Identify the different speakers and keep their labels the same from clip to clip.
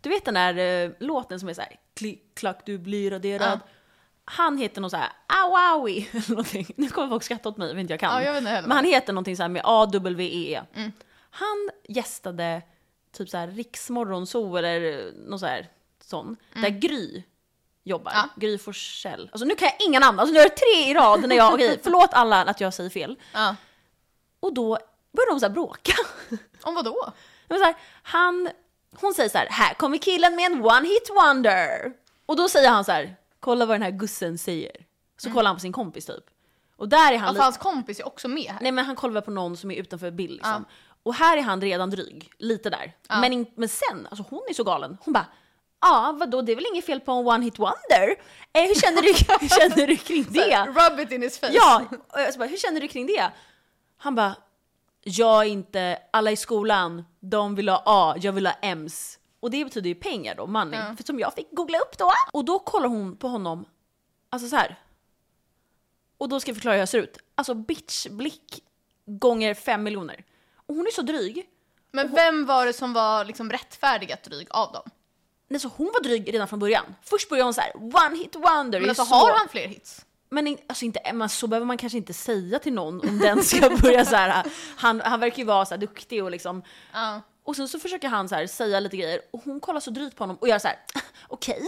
Speaker 1: Du vet den där eh, låten som är så här klick, klack, du blir raderad.
Speaker 2: Ja.
Speaker 1: Han heter någon så här awawi eller någonting. Nu kommer folk skratta åt mig, jag vet inte jag kan.
Speaker 2: Ja, jag vet Mm. inte heller.
Speaker 1: Men han heter någonting så här med A-W-E-E. Han gästade typ så här Riksmorgonzoo eller någon så här sån. Där Gry jobbar.
Speaker 2: Mm. Ja.
Speaker 1: Gry Forssell. Alltså nu kan jag inga namn, alltså nu är det tre i rad när jag, okej förlåt alla att jag säger fel.
Speaker 2: Ja.
Speaker 1: Och då börjar de så här bråka.
Speaker 2: Om vad då?
Speaker 1: Men så här, han, hon säger så här, här kommer killen med en one hit wonder. Och då säger han så här, kolla vad den här gussen säger. Så kollar han på sin kompis typ. Och där är han,
Speaker 2: Alltså hans kompis är också med här.
Speaker 1: nej men han kollar på någon som är utanför bild liksom. Och här är han redan dryg, lite där. Men, in, men sen, alltså hon är så galen, hon bara, ja vadå det är väl inget fel på en one hit wonder? Eh, hur, känner du, hur känner du kring det?
Speaker 2: Rub it in his face.
Speaker 1: Ja! Och jag så bara, hur känner du kring det? Han bara, jag är inte, alla i skolan, de vill ha A, jag vill ha M's. Och det betyder ju pengar då, money. För som jag fick googla upp då. Och då kollar hon på honom, alltså så här. Och då ska jag förklara hur jag ser ut. Alltså bitchblick gånger fem miljoner. Och hon är så dryg.
Speaker 2: Men vem var det som var liksom rättfärdigat dryg av dem?
Speaker 1: Nej, så hon var dryg redan från början. Först började hon så här, one hit wonder.
Speaker 2: Men
Speaker 1: det är
Speaker 2: alltså
Speaker 1: så-
Speaker 2: har han fler hits?
Speaker 1: Men in, alltså inte, men så behöver man kanske inte säga till någon om den ska börja så här. Han, han verkar ju vara så här duktig och liksom.
Speaker 2: Ja.
Speaker 1: Och sen så försöker han så här säga lite grejer och hon kollar så drygt på honom och gör så här. okej,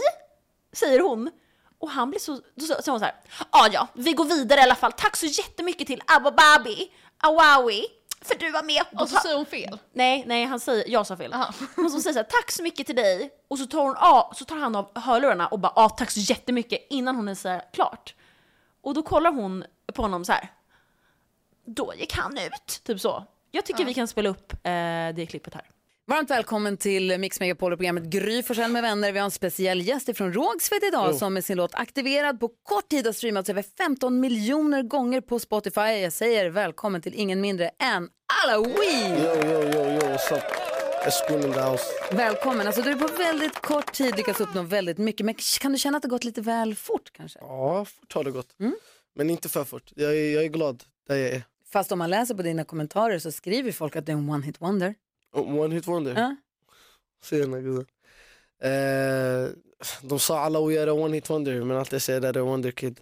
Speaker 1: säger hon. Och han blir så, då säger hon så här, ja ja, vi går vidare i alla fall. Tack så jättemycket till Awababi, Awawi, för du var med. Då
Speaker 2: Och så
Speaker 1: tar-
Speaker 2: säger hon fel.
Speaker 1: Nej, nej, han säger, jag sa fel.
Speaker 2: Jaha.
Speaker 1: Hon som säger så här, tack så mycket till dig. Och så tar, hon av, så tar han av hörlurarna och bara, ah, tack så jättemycket innan hon ens säger klart. Och då kollar hon på honom så här. Då gick han ut, typ så. Jag tycker vi kan spela upp eh, det klippet här.
Speaker 3: Varmt välkommen till Mix Megapol och programmet Gry Forssell med vänner. Vi har en speciell gäst från Rågsved idag som med sin låt Aktiverad på kort tid har streamats över 15 miljoner gånger på Spotify. Jag säger välkommen till ingen mindre än Alawi!
Speaker 4: Yo, yo, yo, yo, what's up? Let's scream in the house.
Speaker 3: Välkommen! Alltså, du är på väldigt kort tid lyckats uppnå väldigt mycket, men kan du känna att det gått lite väl fort kanske?
Speaker 4: Ja, fort har det gått. Men inte för fort. Jag är, jag är glad där jag är.
Speaker 3: Fast om man läser på dina kommentarer så skriver folk att du är en one-hit wonder.
Speaker 4: Oh, One hit wonder.
Speaker 3: Ja.
Speaker 4: Säg den här gubben. Eh, de sa alla att göra one hit wonder, men allt jag säger är det är wonder kid.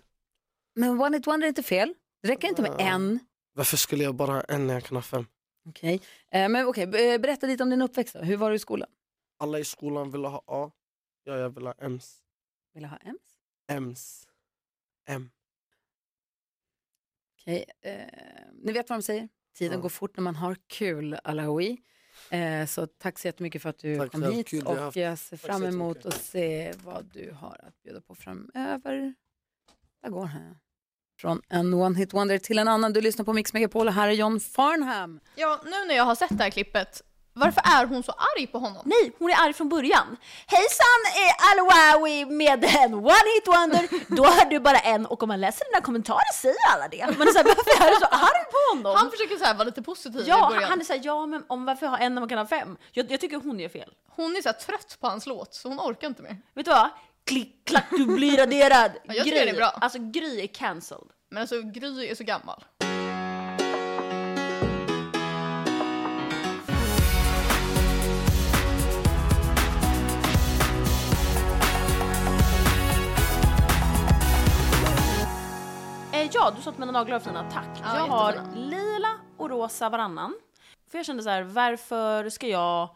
Speaker 3: Men one-hit wonder är inte fel. Det räcker inte med
Speaker 4: Ja.
Speaker 3: en.
Speaker 4: Varför skulle jag bara ha en när jag kan ha fem?
Speaker 3: Okej, eh, men okej, eh, berätta lite om din uppväxt då. Hur var du i skolan?
Speaker 4: Alla i skolan ville ha A. Ja, jag vill ha M's.
Speaker 3: Vill du ha en?
Speaker 4: M's. M.
Speaker 3: Okej, eh, ni vet vad de säger. Tiden
Speaker 4: Ja.
Speaker 3: går fort när man har kul, Alaoui. Eh, så tack så jättemycket för att du
Speaker 4: Tack
Speaker 3: kom
Speaker 4: för allt
Speaker 3: hit
Speaker 4: kul vi har
Speaker 3: och
Speaker 4: haft.
Speaker 3: jag ser
Speaker 4: Tack så
Speaker 3: fram emot
Speaker 4: jättemycket.
Speaker 3: att se vad du har att bjuda på framöver. Där går han. Från en one hit wonder till en annan. Du lyssnar på Mix Megapol och här är John Farnham.
Speaker 2: Ja, nu när jag har sett det här klippet, varför är hon så arg på honom?
Speaker 1: Nej, hon är arg från början. Hejsan eh, Alawawi med en one hit wonder. Då har du bara en och om man läser dina kommentarer säger alla det. Men så här, varför är du så arg på honom?
Speaker 2: Han försöker så här vara lite positiv i
Speaker 1: Ja,
Speaker 2: början.
Speaker 1: han är såhär, ja men om varför ha en när man kan ha fem? Jag, jag tycker hon gör fel.
Speaker 2: Hon är så här trött på hans låt så hon orkar inte mer.
Speaker 1: Vet du vad? Klick, klack, du blir raderad.
Speaker 2: Ja, jag tycker det är bra.
Speaker 1: Alltså Gry är cancelled.
Speaker 2: Men alltså Gry är så gammal.
Speaker 1: Eh, ja, du sa att mina naglar var fina, tack.
Speaker 2: Ja,
Speaker 1: jag har
Speaker 2: jättefina.
Speaker 1: lila och rosa varannan. För jag kände så här, varför ska jag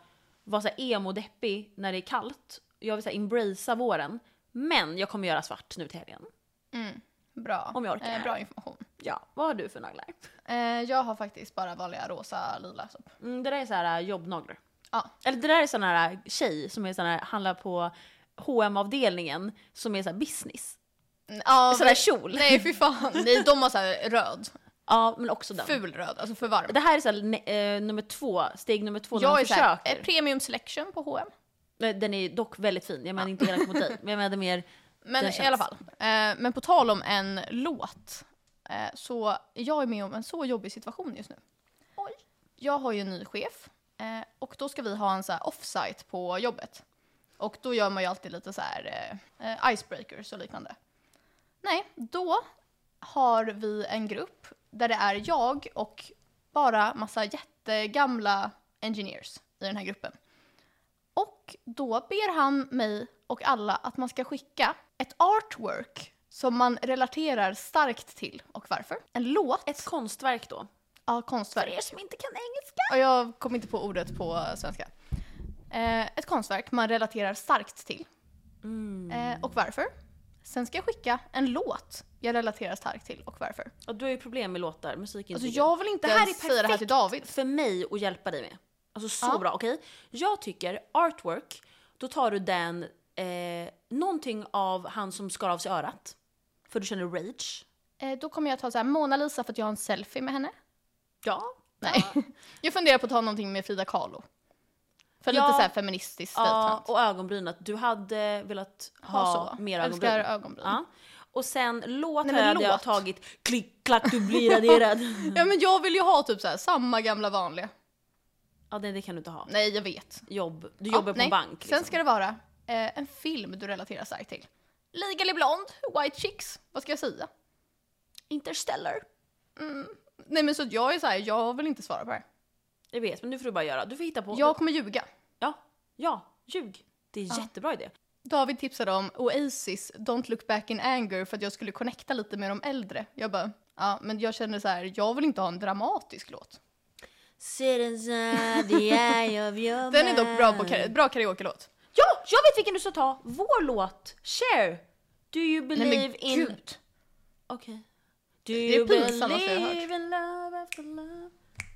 Speaker 1: vara så här emo-deppig när det är kallt? Jag vill så här embracea våren. Men jag kommer göra svart nu till helgen.
Speaker 2: Bra.
Speaker 1: Om jag orkar.
Speaker 2: Eh, bra information.
Speaker 1: Ja, vad har du för naglar?
Speaker 2: Eh, jag har faktiskt bara vanliga rosa, lila. Så.
Speaker 1: Mm, det där är så här eh, jobbnaglar.
Speaker 2: Ja.
Speaker 1: Eller det där är sån här tjej som är sån här, handlar på hm avdelningen som är så här business.
Speaker 2: Ja,
Speaker 1: Sån där kjol.
Speaker 2: Nej fy fan. Nej de har så här röd.
Speaker 1: Ja, men också den.
Speaker 2: Ful röd, alltså för varm.
Speaker 1: Det här är så här, ne- eh, nummer två, steg nummer två när
Speaker 2: Jag
Speaker 1: man
Speaker 2: är såhär,
Speaker 1: försöker.
Speaker 2: eh, premium selection på H&M.
Speaker 1: Nej, Den är dock väldigt fin, jag menar inte elakt mot dig. Men jag menade mer,
Speaker 2: Men
Speaker 1: Den
Speaker 2: i
Speaker 1: känns.
Speaker 2: alla fall. Eh, men på tal om en låt. Eh, så jag är med om en så jobbig situation just nu. Oj. Jag har ju en ny chef. Eh, och då ska vi ha en så här offsite på jobbet. Och då gör man ju alltid lite så här eh, eh, icebreakers och liknande. Nej, då har vi en grupp där det är jag och bara massa jättegamla engineers i den här gruppen. Och då ber han mig och alla att man ska skicka ett artwork som man relaterar starkt till och varför. En låt.
Speaker 1: Ett konstverk då.
Speaker 2: ja,
Speaker 1: För
Speaker 2: konstverk.
Speaker 1: er som inte kan engelska.
Speaker 2: Och jag kom inte på ordet på svenska. Eh, ett konstverk man relaterar starkt till.
Speaker 1: Mm.
Speaker 2: Eh, och varför. Sen ska jag skicka en låt jag relaterar starkt till och varför.
Speaker 1: Och du har ju problem med låtar, musik är inte
Speaker 2: Alltså
Speaker 1: din.
Speaker 2: jag vill inte
Speaker 1: Det här
Speaker 2: ens
Speaker 1: är
Speaker 2: säga det här till David.
Speaker 1: för mig att hjälpa dig med. Alltså så
Speaker 2: Ja.
Speaker 1: bra, okej? Jag tycker artwork, då tar du den, eh, någonting av han som skar av sig örat. För du känner rage.
Speaker 2: Eh, då kommer jag ta så här Mona Lisa för att jag har en selfie med henne.
Speaker 1: Ja.
Speaker 2: Nej. Jag funderar på att ta någonting med Frida Kahlo. För
Speaker 1: Ja.
Speaker 2: lite så här feministiskt
Speaker 1: Ja,
Speaker 2: statement.
Speaker 1: och ögonbryn. Att du hade velat ha,
Speaker 2: så.
Speaker 1: mer ögonbryn.
Speaker 2: Älskar ögonbryn.
Speaker 1: Ja. Och sen låt
Speaker 2: Nej,
Speaker 1: här
Speaker 2: men
Speaker 1: hade jag
Speaker 2: låt.
Speaker 1: tagit klick klack du blir raderad.
Speaker 2: Ja men jag vill ju ha typ så här samma gamla vanliga.
Speaker 1: ja det, det kan du inte ha.
Speaker 2: Nej jag vet.
Speaker 1: Jobb. Du
Speaker 2: Ja,
Speaker 1: jobbar på
Speaker 2: nej.
Speaker 1: en bank. Liksom.
Speaker 2: Sen ska det vara eh, en film du relaterar starkt till. Legally Blonde, White Chicks, vad ska jag säga?
Speaker 1: Interstellar.
Speaker 2: Nej men så att jag är så här, jag vill inte svara på det här.
Speaker 1: Jag vet men nu får du bara göra. Du får hitta på.
Speaker 2: Jag kommer ljuga.
Speaker 1: Ja, ja, ljug. Det är jättebra idé.
Speaker 2: David tipsade om Oasis, Don't look back in anger för att jag skulle connecta lite med de äldre. Jag bara, ja men jag känner så här, jag vill inte ha en dramatisk låt.
Speaker 1: Sit inside the eye of your
Speaker 2: Den är dock bra på
Speaker 1: mind.
Speaker 2: kara- bra karaoke-låt.
Speaker 1: Ja, jag vet vilken du ska ta! Vår låt, Share! Do you
Speaker 2: Nej
Speaker 1: believe
Speaker 2: men
Speaker 1: in...
Speaker 2: gud.
Speaker 1: Okej. Do
Speaker 2: är
Speaker 1: you
Speaker 2: pinsammaste jag har
Speaker 1: believe in love after love?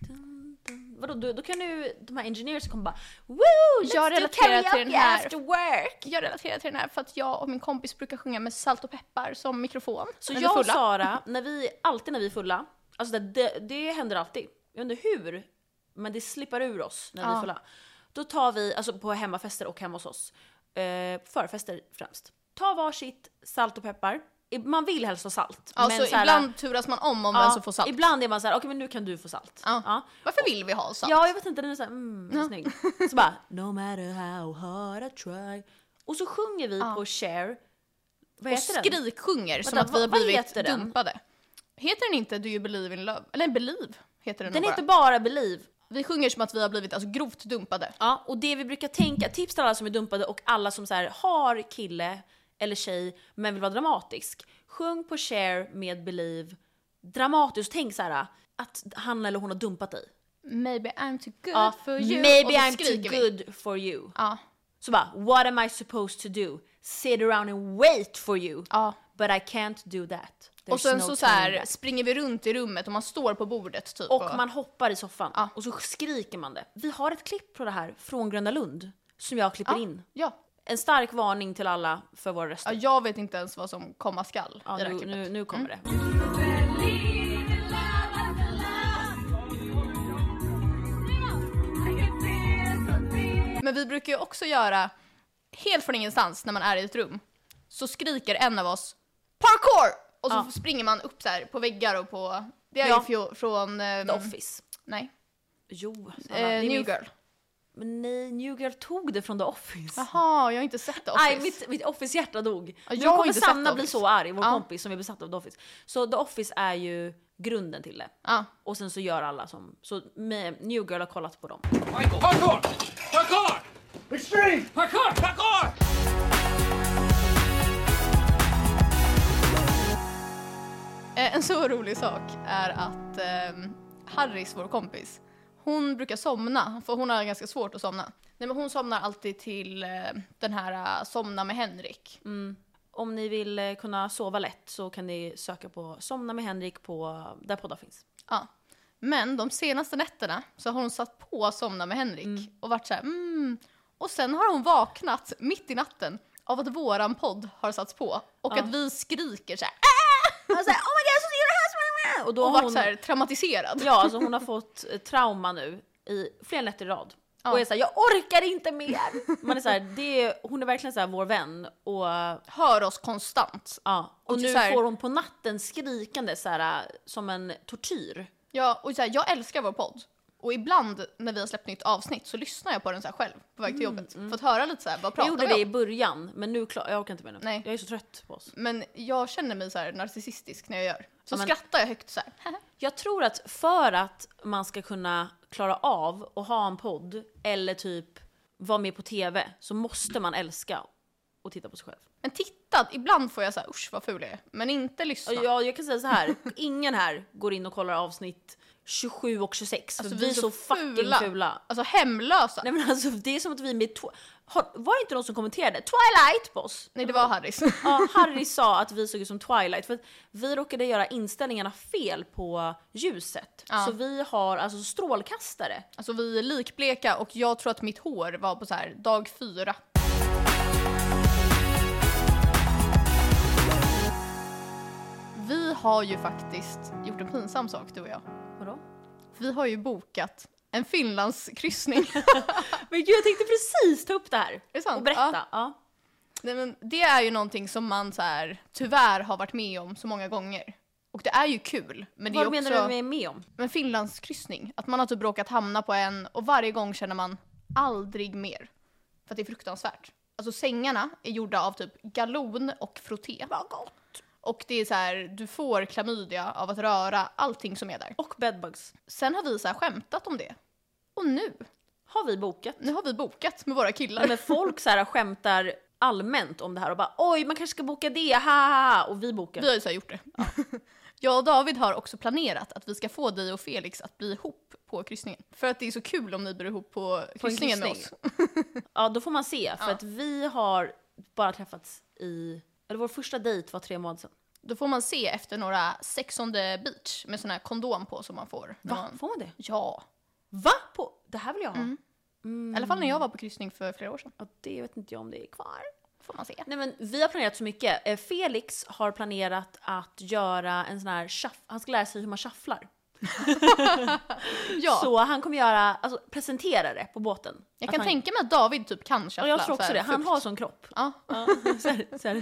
Speaker 1: Dun, dun. Vadå, då, då kan du, de här ingenjörerna kommer bara Woo! Let's
Speaker 2: Jag
Speaker 1: do
Speaker 2: relaterar till
Speaker 1: karaoke
Speaker 2: den här."
Speaker 1: after work!
Speaker 2: Jag relaterar till den här för att jag och min kompis brukar sjunga med salt och peppar som mikrofon.
Speaker 1: Så
Speaker 2: när vi är
Speaker 1: jag och
Speaker 2: fulla.
Speaker 1: Sara, när vi, alltid när vi är fulla, alltså det, det, det händer alltid. Jag undrar hur, men det slippar ur oss när vi är
Speaker 2: Ja.
Speaker 1: fulla. Då tar vi, alltså på hemmafester och hemma hos oss, eh, förfester främst. Ta varsitt salt och peppar. I- Man vill helst ha salt.
Speaker 2: Ja, så
Speaker 1: så här-
Speaker 2: ibland turas man om om
Speaker 1: ja,
Speaker 2: vem som får salt.
Speaker 1: Ibland är man så här, okej men nu kan du få salt.
Speaker 2: Ja.
Speaker 1: Ja.
Speaker 2: Varför vill vi ha salt?
Speaker 1: Ja, jag vet inte, den är såhär, mm, ja. snygg. Så bara, no matter how hard I try. Och så sjunger vi på Cher. Vad
Speaker 2: och
Speaker 1: heter den?
Speaker 2: skriksjunger som
Speaker 1: Vänta,
Speaker 2: att vi har
Speaker 1: vad- vad
Speaker 2: blivit
Speaker 1: heter den?
Speaker 2: dumpade. Heter den inte Do you believe in love? Eller believe heter den,
Speaker 1: Den
Speaker 2: nog
Speaker 1: heter bara Believe.
Speaker 2: Vi sjunger som att vi har blivit alltså, grovt dumpade.
Speaker 1: Ja, och det vi brukar tänka, tips till alla som är dumpade och alla som så här har kille eller tjej men vill vara dramatisk. Sjung på Cher med Believe dramatiskt. Tänk så här att han eller hon har dumpat dig.
Speaker 2: Maybe I'm too good
Speaker 1: Ja,
Speaker 2: for you.
Speaker 1: Maybe
Speaker 2: Och så
Speaker 1: I'm
Speaker 2: skriker
Speaker 1: too
Speaker 2: vi.
Speaker 1: good for you.
Speaker 2: Ja,
Speaker 1: Så bara, what am I supposed to do? Sit around and wait for you.
Speaker 2: ja.
Speaker 1: But I can't do that. There's
Speaker 2: Och sen
Speaker 1: no
Speaker 2: så, så
Speaker 1: turning
Speaker 2: här,
Speaker 1: back.
Speaker 2: springer vi runt i rummet och man står på bordet typ.
Speaker 1: Och man hoppar i soffan
Speaker 2: Ja.
Speaker 1: och så skriker man det. Vi har ett klipp på det här från Gröna Lund som jag klipper in.
Speaker 2: ja.
Speaker 1: En stark varning till alla för våra
Speaker 2: ja,
Speaker 1: röster.
Speaker 2: jag vet inte ens vad som komma skall
Speaker 1: Ja,
Speaker 2: i det här
Speaker 1: nu,
Speaker 2: klippet.
Speaker 1: nu, nu kommer
Speaker 2: Mm.
Speaker 1: det.
Speaker 2: Men vi brukar ju också göra, helt från ingenstans när man är i ett rum, så skriker en av oss parkour! Och så
Speaker 1: Ja.
Speaker 2: springer man upp så här på väggar och på... Det är
Speaker 1: Ja.
Speaker 2: ju fjol, från... ehm,
Speaker 1: The Office.
Speaker 2: Nej.
Speaker 1: Jo, Sanna,
Speaker 2: Eh,
Speaker 1: det är
Speaker 2: New
Speaker 1: min-
Speaker 2: Girl.
Speaker 1: Men nej, New Girl tog det från The Office.
Speaker 2: Jaha, jag har inte sett The Office.
Speaker 1: Nej, mitt, mitt Office-hjärta dog.
Speaker 2: Ja,
Speaker 1: nu
Speaker 2: jag har
Speaker 1: kommer
Speaker 2: inte sett
Speaker 1: Sanna
Speaker 2: The
Speaker 1: bli
Speaker 2: Office.
Speaker 1: så arg, vår
Speaker 2: Ja.
Speaker 1: kompis som är besatt av The Office. Så The Office är ju grunden till det.
Speaker 2: Ja.
Speaker 1: Och sen så gör alla som... Så med- New Girl har kollat på dem.
Speaker 5: Parkour! Parkour! Extreme! Parkour! Parkour!
Speaker 2: Eh, En så rolig sak är att ehm, Harris, vår kompis, hon brukar somna, för hon har ganska svårt att somna. Nej, men hon somnar alltid till eh, den här eh, Somna med Henrik.
Speaker 1: Om ni vill eh, kunna sova lätt så kan ni söka på Somna med Henrik på där poddar finns.
Speaker 2: Ja. Men de senaste nätterna så har hon satt på Somna med Henrik och varit så här, mm. Och sen har hon vaknat mitt i natten av att våran podd har satts på och att vi skriker så här, "Ah!"
Speaker 1: Alltså, oh my god, så gör det här! Och då
Speaker 2: och
Speaker 1: har
Speaker 2: varit
Speaker 1: hon,
Speaker 2: så här traumatiserad.
Speaker 1: Ja, alltså hon har fått eh, trauma nu i flera nätter i rad.
Speaker 2: Ja.
Speaker 1: Och är såhär, jag orkar inte mer! Man är såhär, det är, hon är verkligen såhär vår vän och
Speaker 2: Hör oss konstant.
Speaker 1: ja. Och,
Speaker 2: Och
Speaker 1: nu
Speaker 2: så här-
Speaker 1: får hon på natten skrikande såhär som en tortyr.
Speaker 2: Ja, och så här, jag älskar vår podd. Och ibland när vi har släppt nytt avsnitt så lyssnar jag på den så här själv på väg till jobbet. För att höra lite så här, vad
Speaker 1: Mm, Jag gjorde
Speaker 2: pratar vi
Speaker 1: det i
Speaker 2: om?
Speaker 1: början men nu klar, jag orkar inte mer nu.
Speaker 2: Nej.
Speaker 1: Jag är så trött på oss.
Speaker 2: Men jag känner mig så här narcissistisk när jag gör. Så
Speaker 1: Ja, men-
Speaker 2: skrattar jag högt så här.
Speaker 1: Jag tror att för att man ska kunna klara av att ha en podd eller typ vara med på tv så måste man älska och titta på sig själv.
Speaker 2: Men tittad, ibland får jag så här usch vad ful jag är. Men inte lyssna.
Speaker 1: Och jag, jag kan säga så här, ingen här går in och kollar avsnitt 27 och 26 för
Speaker 2: Alltså,
Speaker 1: vi är så, fucking fula.
Speaker 2: Alltså hemlösa. Nej,
Speaker 1: Nej men alltså det är som att vi är med i tw- har, Var det inte någon som kommenterade Twilight på oss?
Speaker 2: det var Harrys.
Speaker 1: Ja, Harry sa att vi såg ut som Twilight för att vi råkade göra inställningarna fel på ljuset.
Speaker 2: Ja.
Speaker 1: Så vi har alltså strålkastare.
Speaker 2: Alltså vi är likbleka och jag tror att mitt hår var på så här dag fyra. Vi har ju faktiskt gjort en pinsam sak du och jag.
Speaker 1: Vadå?
Speaker 2: Vi har ju bokat en Finlandskryssning.
Speaker 1: Men gud jag tänkte precis ta upp det här
Speaker 2: det sant?
Speaker 1: och berätta.
Speaker 2: Ja.
Speaker 1: Ja.
Speaker 2: Nej, men det är ju någonting som man så här, tyvärr har varit med om så många gånger. Och det är ju kul. Men det är
Speaker 1: Vad
Speaker 2: också...
Speaker 1: menar du med med om?
Speaker 2: Men Finlandskryssning, att man har typ råkat hamna på en och varje gång känner man aldrig mer. För att det är fruktansvärt. Alltså sängarna är gjorda av typ galon och frotté. Vad gott! Och det är så här, du får klamydia av att röra allting som är där.
Speaker 1: Och bedbugs.
Speaker 2: Sen har vi så här skämtat om det. Och nu,
Speaker 1: Har vi bokat?
Speaker 2: nu har vi bokat med våra killar.
Speaker 1: Men folk så här skämtar allmänt om det här och bara oj man kanske ska boka det, ha, ha, ha. och vi bokar.
Speaker 2: Vi har ju så här gjort det. Jag och David har också planerat att vi ska få dig och Felix att bli ihop på kryssningen. För att det är så kul om ni blir ihop på kryssningen med oss.
Speaker 1: kryssning. Ja då får man se för att vi har bara träffats i, eller vår första dejt var tre månader sedan.
Speaker 2: Då får man se efter några sex on the beach med sån här kondom på som man får. när
Speaker 1: Va?
Speaker 2: Man,
Speaker 1: Får man det?
Speaker 2: ja. Mm.
Speaker 1: Va? På, det här vill jag ha.
Speaker 2: I alla fall när jag var på kryssning för flera år sedan.
Speaker 1: Ja, det vet inte jag om det är kvar.
Speaker 2: Får man se.
Speaker 1: Nej men vi har planerat så mycket. Eh, Felix har planerat att göra en sån här shuff- han ska lära sig hur man shufflar.
Speaker 2: Ja,
Speaker 1: Mm. Så han kommer göra, alltså presentera det på båten.
Speaker 2: jag
Speaker 1: Att
Speaker 2: kan
Speaker 1: han,
Speaker 2: tänka mig att David typ kan shuffla.
Speaker 1: Ja, jag tror
Speaker 2: så
Speaker 1: också
Speaker 2: här
Speaker 1: det. Han
Speaker 2: sjukt.
Speaker 1: har sån kropp.
Speaker 2: Ja.
Speaker 1: så här, så här,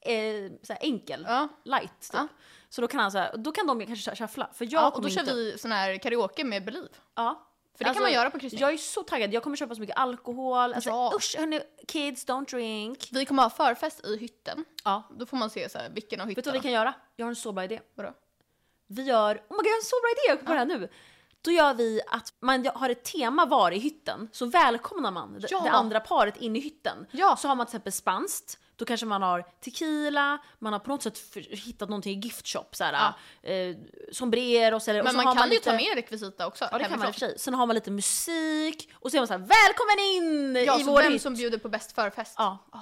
Speaker 1: eh, så här enkel,
Speaker 2: Ja.
Speaker 1: light typ.
Speaker 2: Ja.
Speaker 1: Så då kan han så här, då kan de kanske shuffla. För jag
Speaker 2: ja, och
Speaker 1: kommer
Speaker 2: då kör
Speaker 1: inte.
Speaker 2: vi sån här karaoke med Believe.
Speaker 1: Ja. Alltså,
Speaker 2: För det kan man göra på kryssning.
Speaker 1: Jag är så taggad, jag kommer köpa så mycket alkohol. Alltså,
Speaker 2: Ja.
Speaker 1: Usch hörni, kids don't drink.
Speaker 2: Vi kommer ha förfest i hytten.
Speaker 1: Ja.
Speaker 2: Då får man se så här, vilken av
Speaker 1: Vet du
Speaker 2: hytterna.
Speaker 1: vad vi kan göra? Jag har en så bra idé.
Speaker 2: Vadå?
Speaker 1: Vi gör, oh my god jag har en så bra idé, jag kommer på det här nu. Då gör vi att man har ett tema var i hytten, så välkomnar man det-
Speaker 2: Ja.
Speaker 1: det andra paret in i hytten.
Speaker 2: Ja.
Speaker 1: Så har man till exempel spanskt, då kanske man har tequila, man har på något sätt för- hittat någonting i gift shop, såhär, eh, sombreros eller... och
Speaker 2: Men
Speaker 1: så
Speaker 2: man
Speaker 1: har
Speaker 2: kan ju
Speaker 1: lite-
Speaker 2: ta med rekvisita också.
Speaker 1: Ja det kan man i
Speaker 2: hemifrån.
Speaker 1: och för sig. Sen har man lite musik, och så är man såhär “Välkommen in
Speaker 2: Ja,
Speaker 1: i
Speaker 2: så
Speaker 1: vår
Speaker 2: vem
Speaker 1: hytt!”
Speaker 2: som bjuder på bäst förfest.
Speaker 1: Ja. Åh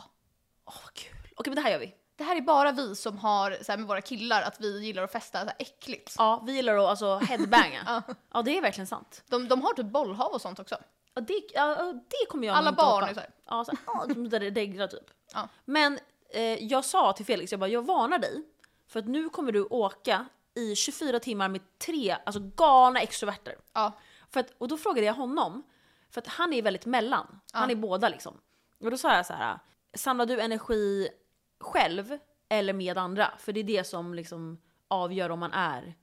Speaker 1: vad kul. Okej men det här gör vi.
Speaker 2: Det här är bara vi som har, så här, med våra killar, att vi gillar att festa så här, äckligt.
Speaker 1: Ja, vi gillar att alltså headbanga. ja. det är verkligen sant.
Speaker 2: De, de har typ bollhav och sånt också.
Speaker 1: Ja, det, ja, ja, det kommer jag
Speaker 2: Alla
Speaker 1: nog inte
Speaker 2: barn
Speaker 1: hoppa.
Speaker 2: är så här.
Speaker 1: Ja, så här, "Ah, ja, de där däggrar typ.
Speaker 2: Ja.
Speaker 1: Men eh, jag sa till Felix, jag bara, jag varnar dig. För att nu kommer du åka i 24 timmar med tre alltså galna extroverter.
Speaker 2: Ja.
Speaker 1: För att, och då frågade jag honom, för att han är väldigt mellan. Han är båda liksom. Och då sa jag så här, samlar du energi själv eller med andra? För det är det som liksom avgör om man är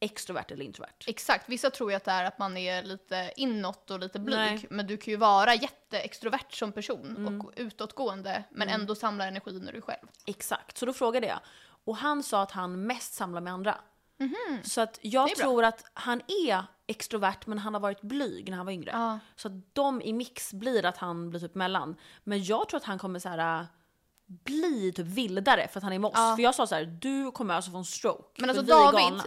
Speaker 1: extrovert eller introvert.
Speaker 2: Exakt, vissa tror ju att det är att man är lite inåt och lite blyg.
Speaker 1: Nej. Mm.
Speaker 2: Men du kan ju vara jätteextrovert som person och utåtgående men ändå samla energi när du är själv.
Speaker 1: Exakt, så då frågade jag. Och han sa att han mest samlar med andra. Så att jag
Speaker 2: Mhm. Det är bra.
Speaker 1: tror att han är extrovert men han har varit blyg när han var yngre.
Speaker 2: Ja.
Speaker 1: Så att de i mix blir att han blir typ mellan. Men jag tror att han kommer så här äh, bli typ vildare för att han är med oss. För jag sa så här: du kommer alltså få en stroke.
Speaker 2: Men alltså
Speaker 1: för vi är
Speaker 2: David-
Speaker 1: galna."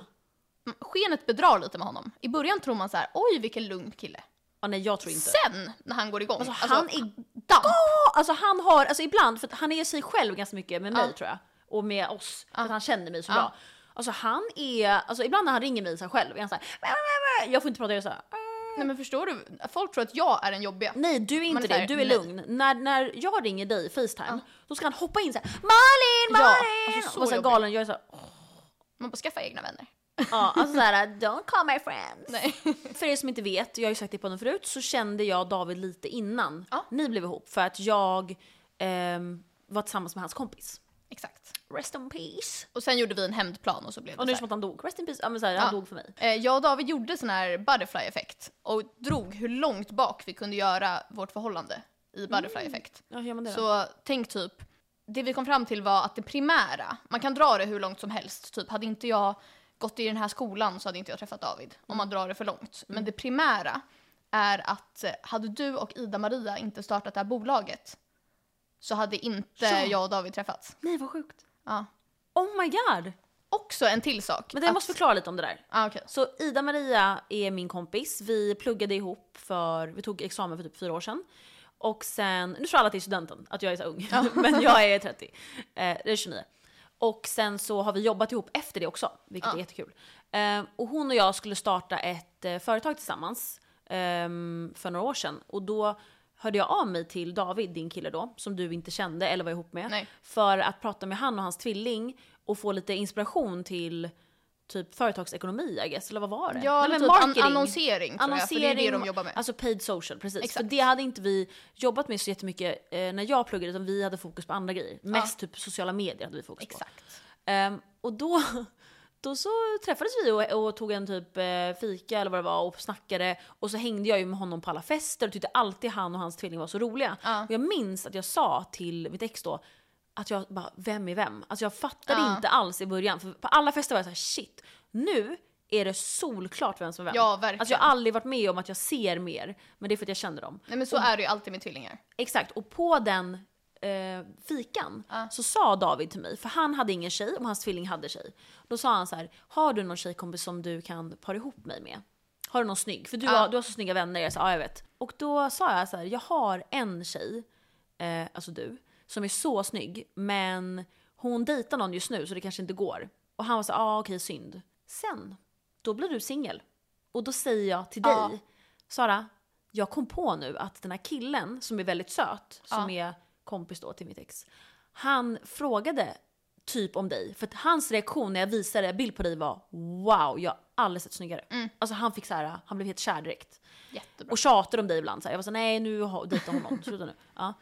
Speaker 2: Mm, Skenet bedrar lite med honom. I början tror man så här: oj vilken lugn kille.
Speaker 1: Ja, nej jag tror inte.
Speaker 2: Sen när han går igång, alltså,
Speaker 1: han är
Speaker 2: damp.
Speaker 1: Ja, alltså han har, alltså ibland, för att han är sig själv ganska mycket med mig
Speaker 2: Ja.
Speaker 1: tror jag. Och med oss, för att han känner mig så
Speaker 2: Ja.
Speaker 1: bra. Alltså han är, alltså ibland när han ringer mig så här själv, är han så här, "Mä, mä, mä, mä." jag får inte prata, jag är så här, "Ah."
Speaker 2: Nej men förstår du? Folk tror att jag är den jobbiga.
Speaker 1: nej du är
Speaker 2: Man
Speaker 1: inte
Speaker 2: är så
Speaker 1: det,
Speaker 2: här,
Speaker 1: du är
Speaker 2: nej.
Speaker 1: lugn. När, när jag ringer dig Facetime, då ska han hoppa in så här, Malin,
Speaker 2: Ja,
Speaker 1: Malin!
Speaker 2: alltså så
Speaker 1: och så här
Speaker 2: jobbig.
Speaker 1: galen, jag är så här, "Åh."
Speaker 2: Man bara skaffa egna vänner.
Speaker 1: ja, alltså så här, don't call my friends.
Speaker 2: Nej.
Speaker 1: För er som inte vet, jag har ju sagt det på honom förut, så kände jag David lite innan
Speaker 2: Ja.
Speaker 1: ni blev ihop för att jag ehm, var tillsammans med hans kompis.
Speaker 2: Exakt.
Speaker 1: Rest in peace.
Speaker 2: Och sen gjorde vi en hämndplan och så blev det
Speaker 1: Och nu är det
Speaker 2: så här.
Speaker 1: som att han dog. Rest in peace. Ja, men så här, han
Speaker 2: Ja.
Speaker 1: dog för mig.
Speaker 2: Eh, Jag och David gjorde sån här butterfly effekt och drog hur långt bak vi kunde göra vårt förhållande i butterfly effekt.
Speaker 1: Ja, hur gör man det då?
Speaker 2: Så tänk typ, det vi kom fram till var att det primära, man kan dra det hur långt som helst, typ hade inte
Speaker 1: Mm.
Speaker 2: jag gått i den här skolan så hade inte jag träffat David om man drar det för långt. Men det primära är att eh, hade du och Ida-Maria inte startat det här bolaget så hade inte
Speaker 1: Ja.
Speaker 2: jag och David träffats.
Speaker 1: Nej vad sjukt.
Speaker 2: Ja.
Speaker 1: Oh my god!
Speaker 2: Också en till sak.
Speaker 1: Men jag måste förklara lite om det där.
Speaker 2: Ah, okej.
Speaker 1: Så Ida-Maria är min kompis. Vi pluggade ihop för, vi tog examen för typ fyra år sedan. Och sen, nu tror alla till studenten att jag är så ung, men jag är 30, eh, eller 29. Och sen så har vi jobbat ihop efter det också, vilket är jättekul. Eh, och hon och jag skulle starta ett eh, företag tillsammans ehm, för några år sedan. Och då hörde jag av mig till David, din kille då, som du inte kände eller var ihop med.
Speaker 2: Nej.
Speaker 1: För att prata med han och hans tvilling och få lite inspiration till typ företagsekonomi, I guess, eller vad var det?
Speaker 2: Ja, eller
Speaker 1: men
Speaker 2: typ an- annonsering, tror jag, för det är det de
Speaker 1: Annonsering,
Speaker 2: jobbar med.
Speaker 1: Alltså paid social, precis.
Speaker 2: Exakt.
Speaker 1: För det hade inte vi jobbat med så jättemycket eh, när jag pluggade, utan vi hade fokus på andra grejer. Mest typ sociala medier hade vi fokus på.
Speaker 2: Exakt.
Speaker 1: Ehm, och då, då så träffades vi och, och tog en typ eh, fika eller vad det var och snackade. Och så hängde jag ju med honom på alla fester och tyckte alltid han och hans tvilling var så roliga. Och jag minns att jag sa till mitt ex då att jag bara, vem är vem? Alltså jag fattade inte alls i början. För på alla fester var jag så här, shit, nu är det solklart vem som är vem.
Speaker 2: Ja, verkligen.
Speaker 1: Alltså jag har aldrig varit med om att jag ser mer, men det är för att jag känner dem.
Speaker 2: Nej men så är det ju alltid med tvillingar.
Speaker 1: Exakt, och på den eh, fikan så sa David till mig, för han hade ingen tjej och hans tvilling hade tjej. Då sa han så här, har du någon tjejkompis som du kan para ihop mig med? Har du någon snygg? För du, har, du har så snygga vänner. Jag sa, ja jag vet. Och då sa jag så här, jag har en tjej, eh, alltså du, som är så snygg men hon dejtar någon just nu så det kanske inte går. Och han var så här, ah, okej synd. Sen, då blir du singel. Och då säger jag till dig,
Speaker 2: Ja.
Speaker 1: Sara, jag kom på nu att den här killen som är väldigt söt, som är kompis då till mitt ex, han frågade typ om dig. För att hans reaktion när jag visade bild på dig var wow, jag har aldrig sett snyggare. Alltså han fick så här, han blev helt kär direkt.
Speaker 2: Jättebra.
Speaker 1: Och tjatade om dig ibland. Så här. Jag var så här, nej nu har- dejtar hon någon, sluta nu. Ja.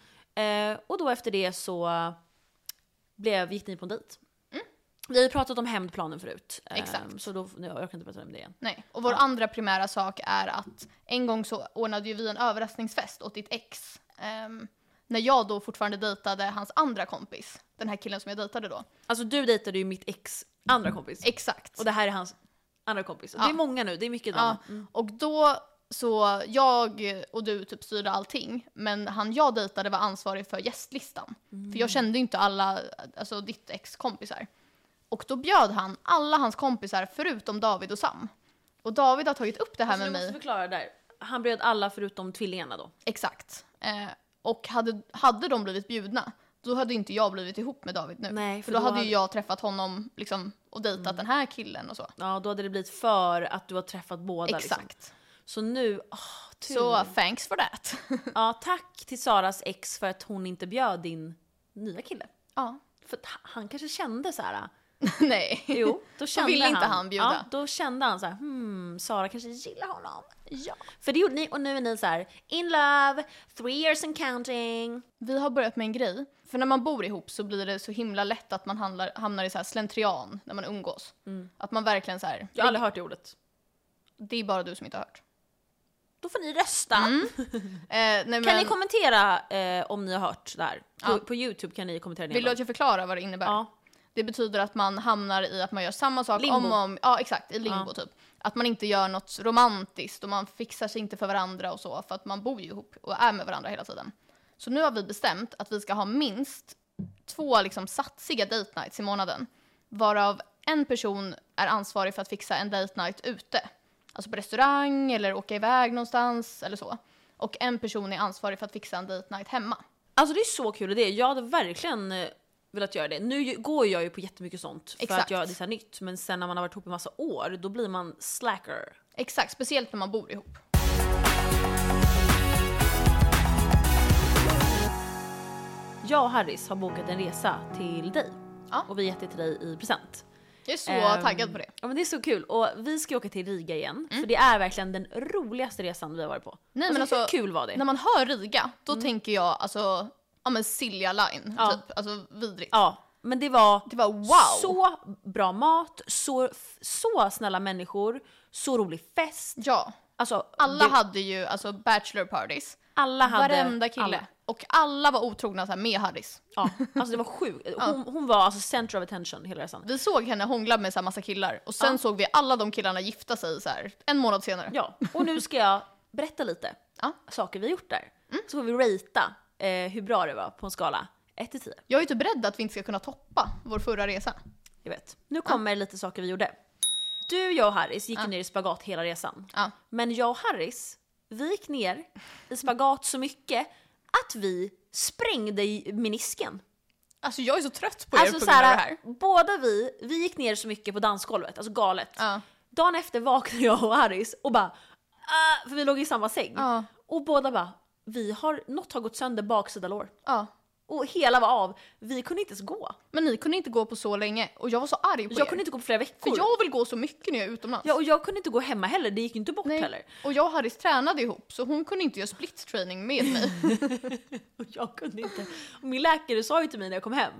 Speaker 1: Eh, och då efter det så blev, gick ni på en dejt. Vi har ju pratat om hämndplanen förut. eh,
Speaker 2: Exakt.
Speaker 1: Så då, jag orkar inte prata om det igen.
Speaker 2: Nej. Och vår andra primära sak är att en gång så ordnade ju vi en överraskningsfest åt ditt ex. ehm, när jag då fortfarande dejtade hans andra kompis. Den här killen som jag dejtade då.
Speaker 1: Alltså du dejtade ju mitt ex andra kompis.
Speaker 2: Exakt.
Speaker 1: Och det här är hans andra kompis. Och Det är många nu, det är mycket
Speaker 2: Ja,
Speaker 1: drama. Mm.
Speaker 2: och då så jag och du typ styrde allting men han jag dejtade var ansvarig för gästlistan. För
Speaker 1: Mm.
Speaker 2: jag kände ju inte alla, alltså ditt ex kompisar. Och då bjöd han alla hans kompisar förutom David och Sam. Och David har tagit upp det här
Speaker 1: Alltså, du
Speaker 2: med
Speaker 1: måste
Speaker 2: mig.
Speaker 1: förklara där. Han bjöd alla förutom tvillingarna då.
Speaker 2: Exakt. Eh, och hade, hade de blivit bjudna då hade inte jag blivit ihop med David nu.
Speaker 1: Nej,
Speaker 2: för då, hade ju jag träffat honom liksom, och dejtat
Speaker 1: Mm.
Speaker 2: den här killen och så.
Speaker 1: Ja, då hade det blivit för att du har träffat båda. Liksom.
Speaker 2: Exakt.
Speaker 1: Så nu, åh, tur.
Speaker 2: Så thanks for that.
Speaker 1: Ja, tack till Saras ex för att hon inte bjöd din nya kille.
Speaker 2: ja.
Speaker 1: För att h- han kanske kände så här. äh.
Speaker 2: Nej.
Speaker 1: Jo, då kände
Speaker 2: ville
Speaker 1: han.
Speaker 2: inte han bjuda.
Speaker 1: Ja, då kände han så här, hmm, Sara kanske gillar honom. Ja. För det gjorde ni och nu är ni så här, in love, three years and counting.
Speaker 2: Vi har börjat med en grej. För när man bor ihop så blir det så himla lätt att man handlar, hamnar i så här slentrian när man umgås. Att man verkligen så här,
Speaker 1: Mm. Jag har aldrig hört det ordet.
Speaker 2: det är bara du som inte har hört.
Speaker 1: Då får ni rösta.
Speaker 2: Eh, nej, men,
Speaker 1: Kan ni kommentera eh, om ni har hört det här? På, på Youtube kan ni kommentera det.
Speaker 2: vill du att jag förklarar vad det innebär?
Speaker 1: Ja.
Speaker 2: Det betyder att man hamnar i att man gör samma sak
Speaker 1: Limbo.
Speaker 2: om och om. Ja, exakt. I limbo typ. Att man inte gör något romantiskt och man fixar sig inte för varandra och så för att man bor ju ihop och är med varandra hela tiden. Så nu har vi bestämt att vi ska ha minst två liksom satsiga date nights i månaden. Varav en person är ansvarig för att fixa en date night ute. Alltså på restaurang eller åka iväg någonstans eller så. Och en person är ansvarig för att fixa en date night hemma.
Speaker 1: Alltså det är så kul idé. Jag hade verkligen eh, velat göra det. Nu ju- går jag ju på jättemycket sånt för att
Speaker 2: Exakt.
Speaker 1: göra det så här nytt. Men sen när man har varit ihop i massa år, då blir man slacker.
Speaker 2: Exakt, speciellt när man bor ihop.
Speaker 1: Jag och Harris har bokat en resa till dig.
Speaker 2: Ja.
Speaker 1: Och vi har gett det till dig i present.
Speaker 2: Jag är så
Speaker 1: Ehm,
Speaker 2: taggad på det.
Speaker 1: Ja men det är så kul. Och vi ska åka till Riga igen. För det är verkligen den roligaste resan vi har varit på.
Speaker 2: Mm. Nej, men
Speaker 1: hur
Speaker 2: alltså,
Speaker 1: kul var det?
Speaker 2: När man hör Riga, då tänker jag alltså, ja men Silja Line,
Speaker 1: Mm. Ja.
Speaker 2: typ. Alltså vidrigt.
Speaker 1: Ja, men det var,
Speaker 2: Det var wow.
Speaker 1: så bra mat, så, så snälla människor, så rolig fest.
Speaker 2: Ja.
Speaker 1: Alltså,
Speaker 2: Alla
Speaker 1: det,
Speaker 2: hade ju alltså bachelor parties.
Speaker 1: alla hade
Speaker 2: Varenda kille.
Speaker 1: alla.
Speaker 2: Och alla var otrogna så här, med Harris.
Speaker 1: Ja, alltså det var sjukt. Hon, hon var alltså center of attention hela resan.
Speaker 2: Vi såg henne hångla med så här, massa killar och sen såg vi alla de killarna gifta sig så här, en månad senare.
Speaker 1: Ja, och nu ska jag berätta lite
Speaker 2: Ja. Mm.
Speaker 1: saker vi gjort där. Så får vi ratea eh, hur bra det var på en skala 1 till 10.
Speaker 2: Jag är ju typ rädd att vi inte ska kunna toppa vår förra resa.
Speaker 1: Jag vet. Nu kommer lite saker vi gjorde. Du, jag och Harris gick ju ner i spagat hela resan.
Speaker 2: Ja.
Speaker 1: Men jag och Harris, vi gick ner i spagat så mycket att vi sprängde i menisken.
Speaker 2: Alltså jag är så trött på er
Speaker 1: Alltså
Speaker 2: på
Speaker 1: så
Speaker 2: grund av det
Speaker 1: här,
Speaker 2: här.
Speaker 1: båda vi, vi gick ner så mycket på dansgolvet, alltså galet.
Speaker 2: Ja.
Speaker 1: Dagen efter vaknade jag och Harris och bara, "Ah", för vi låg i samma säng.
Speaker 2: Ja.
Speaker 1: Och båda bara, vi har, något har gått sönder baksida lår.
Speaker 2: Ja.
Speaker 1: Och hela var av, vi kunde inte ens gå.
Speaker 2: Men ni kunde inte gå på så länge och jag var så arg på
Speaker 1: Jag
Speaker 2: er.
Speaker 1: kunde inte gå på flera veckor.
Speaker 2: För jag vill gå så mycket när jag är utomlands.
Speaker 1: Ja, och jag kunde inte gå hemma heller, det gick ju inte bort
Speaker 2: Nej.
Speaker 1: heller.
Speaker 2: Och jag och Harris tränade ihop så hon kunde inte göra split training med mig.
Speaker 1: Och jag kunde inte. Och min läkare sa ju till mig när jag kom hem.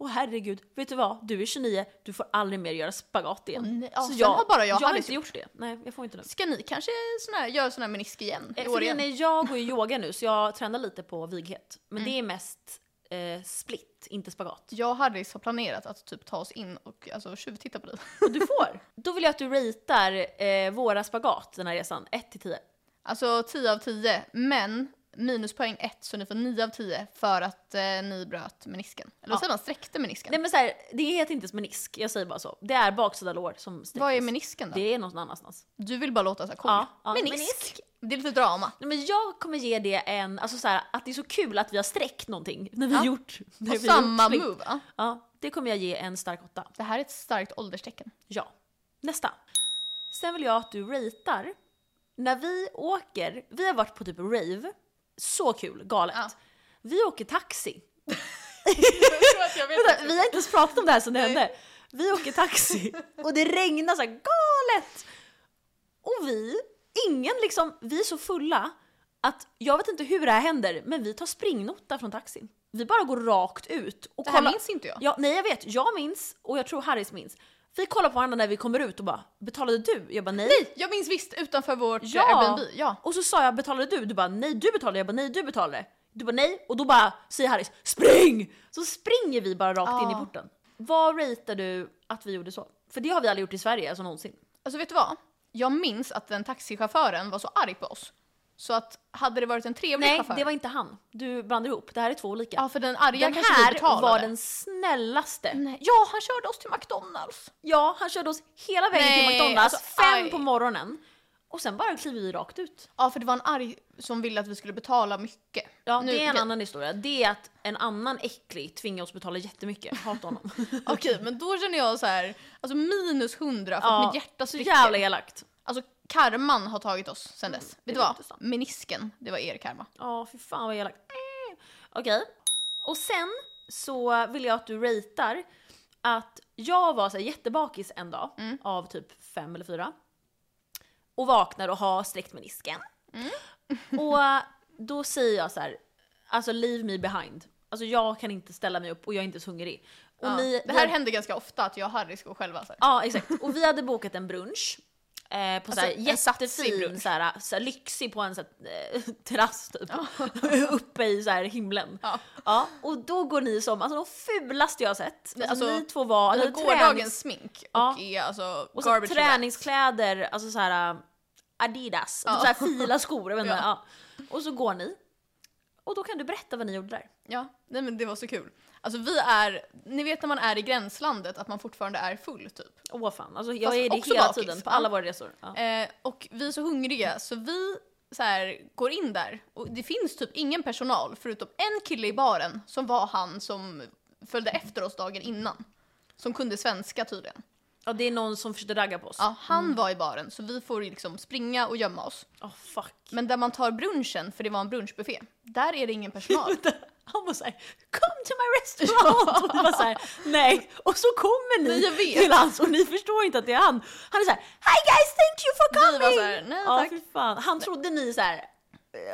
Speaker 1: Åh herregud, vet du vad? Du är 29, du får aldrig mer göra spagat igen.
Speaker 2: Åh, nej. Ja, sen har bara jag
Speaker 1: jag har
Speaker 2: aldrig
Speaker 1: inte gjort det. Nej, jag får inte nu.
Speaker 2: Ska ni kanske sån här, göra sån här menisk igen? i
Speaker 1: Eh,
Speaker 2: år
Speaker 1: För
Speaker 2: igen? Mm.
Speaker 1: grejen är, jag går ju yoga nu så jag tränar lite på vighet. Men det är mest eh, split, inte spagat.
Speaker 2: Jag och Harris har planerat att typ ta oss in och alltså, tjuvtitta på dig.
Speaker 1: Och du får! Då vill jag att du ratear eh, våra spagat den här resan, 1 till 10.
Speaker 2: Alltså 10 av 10, men minuspoäng 1 så ni får 9 av 10 för att eh, ni bröt menisken. Eller vad
Speaker 1: Ja.
Speaker 2: säger man, sträckte menisken?
Speaker 1: Nej men såhär, det heter inte menisk, jag säger bara så. Det är baksida lår som sträcks.
Speaker 2: vad är menisken då?
Speaker 1: Det är någon annanstans.
Speaker 2: Du vill bara låta så här cool.
Speaker 1: Ja, ja,
Speaker 2: menisk.
Speaker 1: menisk.
Speaker 2: Det är lite drama.
Speaker 1: Nej, men jag kommer ge det en, alltså så här, att det är så kul att vi har sträckt någonting när vi
Speaker 2: Ja.
Speaker 1: har gjort. När
Speaker 2: Och
Speaker 1: vi har
Speaker 2: samma
Speaker 1: gjort slut.
Speaker 2: move. Ja.
Speaker 1: Ja, det kommer jag ge en stark åtta.
Speaker 2: Det här är ett starkt ålderstecken.
Speaker 1: Ja. Nästa. Sen vill jag att du ratear. När vi åker, vi har varit på typ rave, så kul, galet.
Speaker 2: Ja.
Speaker 1: Vi åker taxi.
Speaker 2: jag vet
Speaker 1: Vänta, vi har inte ens pratat om det här sedan det hände. Vi åker taxi och det regnar så här galet. Och vi, ingen liksom, vi är så fulla att jag vet inte hur det här händer, men vi tar springnota från taxin. Vi bara går rakt ut och
Speaker 2: Det här
Speaker 1: kollar.
Speaker 2: minns inte jag.
Speaker 1: Ja, nej jag vet, jag minns och jag tror Harris minns. Vi kollar på varandra när vi kommer ut och bara “betalade du?” Jag bara nej.
Speaker 2: Nej, jag minns visst utanför vårt eh, Airbnb. Ja.
Speaker 1: Och så sa jag “betalade du?” Du bara “nej du betalade”, jag bara “nej du betalade”. Du bara nej och då bara säger Harris “spring!” Så springer vi bara rakt in i
Speaker 2: Ah.
Speaker 1: porten. Vad ratear du att vi gjorde så? För det har vi aldrig gjort i Sverige, alltså någonsin.
Speaker 2: Alltså vet du vad? Jag minns att den taxichauffören var så arg på oss. Så att hade det varit en trevlig
Speaker 1: Nej,
Speaker 2: chaufför...
Speaker 1: det var inte han. Du blandar ihop, det här är två olika.
Speaker 2: Ja, för den arga
Speaker 1: den
Speaker 2: kanske vi
Speaker 1: här
Speaker 2: betalade.
Speaker 1: var den snällaste.
Speaker 2: Nej. Ja, han körde oss till McDonalds.
Speaker 1: Ja, han körde oss hela vägen
Speaker 2: Nej,
Speaker 1: till McDonalds,
Speaker 2: alltså,
Speaker 1: fem
Speaker 2: aj.
Speaker 1: på morgonen. Och sen bara kliver vi rakt ut.
Speaker 2: Ja, för det var en arg som ville att vi skulle betala mycket.
Speaker 1: Ja, det är en
Speaker 2: okej.
Speaker 1: annan historia. Det är att en annan äcklig tvingar oss betala jättemycket. Hata honom.
Speaker 2: Okej, men då känner jag så här, alltså minus hundra för att mitt hjärta
Speaker 1: så
Speaker 2: spricker.
Speaker 1: jävla elakt.
Speaker 2: Alltså karman har tagit oss sen dess. Vet du
Speaker 1: var
Speaker 2: vad?
Speaker 1: inte sant.
Speaker 2: Menisken, det var er karma.
Speaker 1: Ja, fy fan vad elakt. Mm. Okej. Och sen så vill jag att du ratear att jag var så här jättebakis en dag
Speaker 2: Mm.
Speaker 1: av typ fem eller fyra. Och vaknar och har sträckt menisken.
Speaker 2: Mm.
Speaker 1: Och eh, då säger jag så här, alltså leave me behind. Alltså jag kan inte ställa mig upp och jag är inte så hungrig. Och
Speaker 2: Ja.
Speaker 1: ni,
Speaker 2: det här händer ganska ofta att jag och Harry ska gå själva. Så här.
Speaker 1: Ja exakt, och vi hade bokat en brunch. Eh, på så här
Speaker 2: en satsig
Speaker 1: jättefin,
Speaker 2: brunch.
Speaker 1: så här, så här, lyxig på en så här, eh, terrass typ. Uppe i så här, himlen.
Speaker 2: Ja.
Speaker 1: och då går ni som, alltså de fulaste jag har sett. Alltså,
Speaker 2: Alltså,
Speaker 1: ni två var,
Speaker 2: Vi
Speaker 1: ni
Speaker 2: har
Speaker 1: hade tränings-
Speaker 2: gårdagens smink och
Speaker 1: Ja.
Speaker 2: är alltså
Speaker 1: och så
Speaker 2: garbage
Speaker 1: träningskläder, alltså så här eh, Adidas,
Speaker 2: Ja.
Speaker 1: typ så här fila skor, jag vet inte.
Speaker 2: Ja.
Speaker 1: Ja. Och så går ni. Och då kan du berätta vad ni gjorde där.
Speaker 2: Ja, nej men det var så kul. Alltså vi är, ni vet när man är i gränslandet att man fortfarande är full typ.
Speaker 1: Åh fan, alltså jag
Speaker 2: Fast
Speaker 1: är det
Speaker 2: också
Speaker 1: hela
Speaker 2: bakis.
Speaker 1: tiden på
Speaker 2: Ja.
Speaker 1: alla våra resor. Ja.
Speaker 2: Eh, och vi är så hungriga så vi så här, går in där och det finns typ ingen personal förutom en kille i baren som var han som följde efter oss dagen innan. Som kunde svenska tydligen.
Speaker 1: ja, det är någon som försökte ragga på oss. Åh
Speaker 2: Ja, han var i baren så vi får liksom springa och gömma oss.
Speaker 1: fuck.
Speaker 2: Men där man tar brunchen, för det var en brunchbuffé, där är det ingen personal.
Speaker 1: Han var såhär “Come to my restaurant” och vi var såhär “Nej” och så kommer ni
Speaker 2: Nej, jag vet.
Speaker 1: till hans och ni förstår inte att det är han. Han är såhär “Hi guys, thank you for
Speaker 2: Vi
Speaker 1: coming!”
Speaker 2: var så här, "Nej,
Speaker 1: ja,
Speaker 2: tack."
Speaker 1: fy fan. Han trodde ni såhär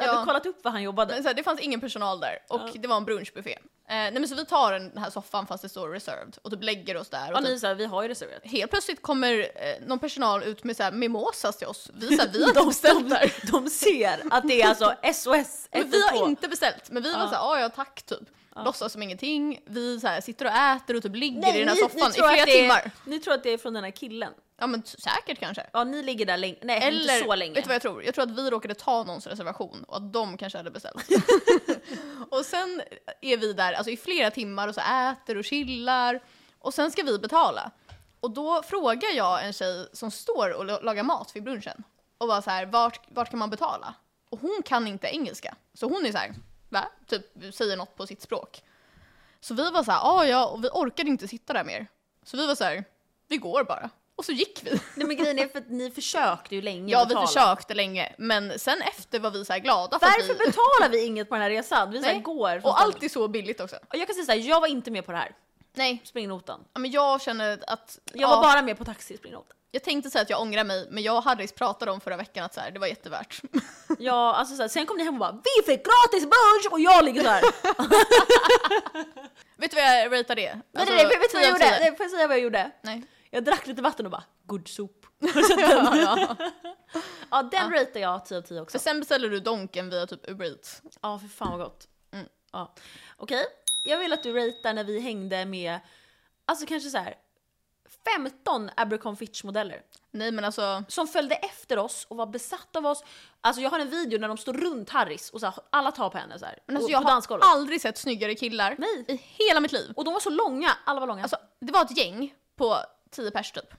Speaker 1: hade
Speaker 2: Ja.
Speaker 1: kollat upp var han jobbade.
Speaker 2: Men så här, det fanns ingen personal där och det var en brunchbuffé. Eh, nej men så vi tar den här soffan fast det står reserved och typ lägger oss där. Och
Speaker 1: Ja,
Speaker 2: typ,
Speaker 1: ni såhär “Vi har ju reserverat”.
Speaker 2: Helt plötsligt kommer eh, någon personal ut med så här mimosas till oss. Vi, så här, vi har inte
Speaker 1: De,
Speaker 2: beställt
Speaker 1: de,
Speaker 2: där.
Speaker 1: de ser att det är alltså SOS
Speaker 2: Men vi har
Speaker 1: 112.
Speaker 2: inte beställt, men vi var så här, "Ah, ja tack typ. Låtsas som ingenting. Vi så här, sitter och äter och typ ligger i den här soffan i
Speaker 1: tror att
Speaker 2: flera
Speaker 1: det är-
Speaker 2: timmar.
Speaker 1: Ni tror att det är från den här killen.
Speaker 2: Ja men t- säkert kanske.
Speaker 1: Ja, ni ligger där länge. Nej,
Speaker 2: Eller,
Speaker 1: inte så länge.
Speaker 2: vet du vad jag tror? Jag tror att vi råkade ta någons reservation och att de kanske hade beställt. och sen är vi där alltså, i flera timmar och så äter och chillar och sen ska vi betala. Och då frågar jag en tjej som står och la- lagar mat vid brunchen och bara så här, vart, vart kan man betala? Och hon kan inte engelska. Så hon är så här, va? Typ säger något på sitt språk. Så vi var så här, ah, ja, och vi orkade inte sitta där mer. Så vi var så här, vi går bara. Och så gick vi.
Speaker 1: Nej, men grejen är för att ni försökte ju länge
Speaker 2: Ja, vi
Speaker 1: betala.
Speaker 2: försökte länge, men sen efter var vi så här glada för
Speaker 1: Varför
Speaker 2: att vi...
Speaker 1: betalar vi inget på den här resan? Vi så här
Speaker 2: Nej.
Speaker 1: går. från
Speaker 2: Och allt
Speaker 1: stället.
Speaker 2: är så billigt också.
Speaker 1: Och Jag kan säga såhär, jag var inte med på det här.
Speaker 2: Nej,
Speaker 1: Springnotan.
Speaker 2: ja, men jag känner att...
Speaker 1: Jag
Speaker 2: ja,
Speaker 1: var bara med på taxispringnotan.
Speaker 2: jag tänkte säga att jag ångrar mig, men jag och Harris pratade om förra veckan att så här, det var jättevärt.
Speaker 1: Ja, alltså så här, sen kom ni hem och bara “Vi fick gratis brunch!” och jag ligger såhär.
Speaker 2: vet du vad jag ratear det?
Speaker 1: nej,
Speaker 2: Alltså,
Speaker 1: nej, nej, vet du vad jag
Speaker 2: 10 av 10.
Speaker 1: gjorde? Nej, Får jag säga vad jag gjorde?
Speaker 2: Nej.
Speaker 1: Jag drack lite vatten och bara “Good soup”. Har du sett den?
Speaker 2: Ja, ja.
Speaker 1: Ja, den ratear jag 10 av 10 också.
Speaker 2: För sen beställde du Donken via typ Uber Eats.
Speaker 1: Ja, för fan vad gott.
Speaker 2: Mm.
Speaker 1: Ja. Okej, jag vill att du ratear när vi hängde med, alltså kanske så här 15 Abercon Fitch-modeller
Speaker 2: Nej men alltså,
Speaker 1: som följde efter oss och var besatta av oss. Alltså jag har en video när de står runt Harris och så här, alla tar på henne så här,
Speaker 2: men alltså
Speaker 1: och,
Speaker 2: jag
Speaker 1: på
Speaker 2: har
Speaker 1: dansgolvet.
Speaker 2: aldrig sett snyggare killar
Speaker 1: Nej.
Speaker 2: i hela mitt liv.
Speaker 1: Och de var så långa, alla var långa.
Speaker 2: Alltså, det var ett gäng på 10 pers typ.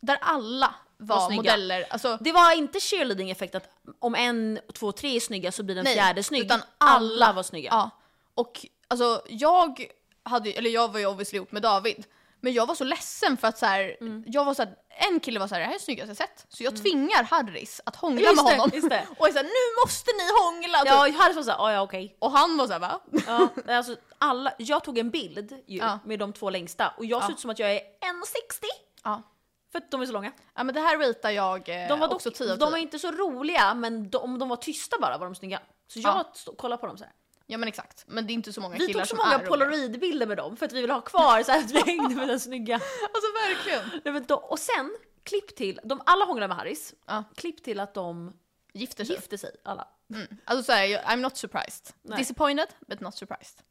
Speaker 2: Där alla var,
Speaker 1: Var snygga.
Speaker 2: modeller. Alltså,
Speaker 1: det var inte cheerleading-effekt att om en, två, tre är snygga så blir den
Speaker 2: Nej,
Speaker 1: fjärde snygg.
Speaker 2: utan alla.
Speaker 1: alla var snygga.
Speaker 2: Ja. Och alltså jag hade eller jag var ju obviously ihop med David. Men jag var så ledsen för att så här,
Speaker 1: Mm.
Speaker 2: jag var så här, en kille var så här, det här är det snyggaste jag sett. Så jag tvingar Harris att hångla
Speaker 1: Just
Speaker 2: med
Speaker 1: det,
Speaker 2: honom.
Speaker 1: just det.
Speaker 2: Och är så här, nu måste ni hångla!
Speaker 1: Ja,
Speaker 2: typ.
Speaker 1: Harris var såhär, ja ja okej.
Speaker 2: Och han var så här, va?
Speaker 1: Ja, men alltså, alla, jag tog en bild ju,
Speaker 2: Ja.
Speaker 1: med de två längsta och jag ser
Speaker 2: Ja.
Speaker 1: ut som att jag är 1,60
Speaker 2: Ja.
Speaker 1: för att de är så långa.
Speaker 2: ja men det här ratear jag eh,
Speaker 1: De var, dock,
Speaker 2: också 10 av 10.
Speaker 1: de var inte så roliga men de, om de var tysta bara var de snygga. Så jag
Speaker 2: Ja.
Speaker 1: stå- kollar på dem så här.
Speaker 2: Ja men exakt. Men det är inte så många
Speaker 1: Vi
Speaker 2: killar
Speaker 1: tog så
Speaker 2: som
Speaker 1: många
Speaker 2: är roliga.
Speaker 1: polaroidbilder med dem för att vi ville ha kvar så här att vi hängde med den snygga.
Speaker 2: Alltså verkligen.
Speaker 1: Nej, men då, och sen, klipp till, de alla hånglar med Harris.
Speaker 2: Ja.
Speaker 1: Klipp till att de
Speaker 2: Gifter sig.
Speaker 1: gifte sig alla.
Speaker 2: Alltså såhär, jag- I'm not surprised.
Speaker 1: Nej. Mm.
Speaker 2: Disappointed, but not surprised.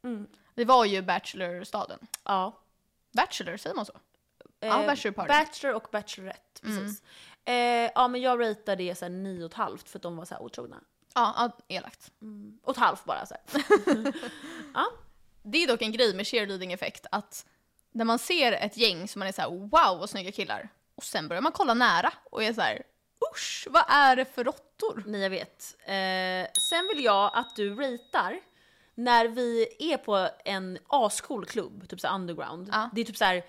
Speaker 2: Det var ju Bachelor-staden.
Speaker 1: Ja.
Speaker 2: Bachelor, säger man så?
Speaker 1: Eh,
Speaker 2: bachelor party.
Speaker 1: bachelor och bachelorette,
Speaker 2: Mm.
Speaker 1: precis. Eh, ja men jag ratear det så här nio och ett halvt för att de var så här otrogna.
Speaker 2: Ja, ja elakt.
Speaker 1: Och ett halvt bara så här.
Speaker 2: Det är dock en grej med cheerleading-effekt att när man ser ett gäng som man är så här: wow vad snygga killar och sen börjar man kolla nära och är så här: usch vad är det för råttor?
Speaker 1: Ni jag vet. Eh, sen vill jag att du ratear när vi är på en ascool klubb, typ så här underground.
Speaker 2: Ja.
Speaker 1: Det är typ så här.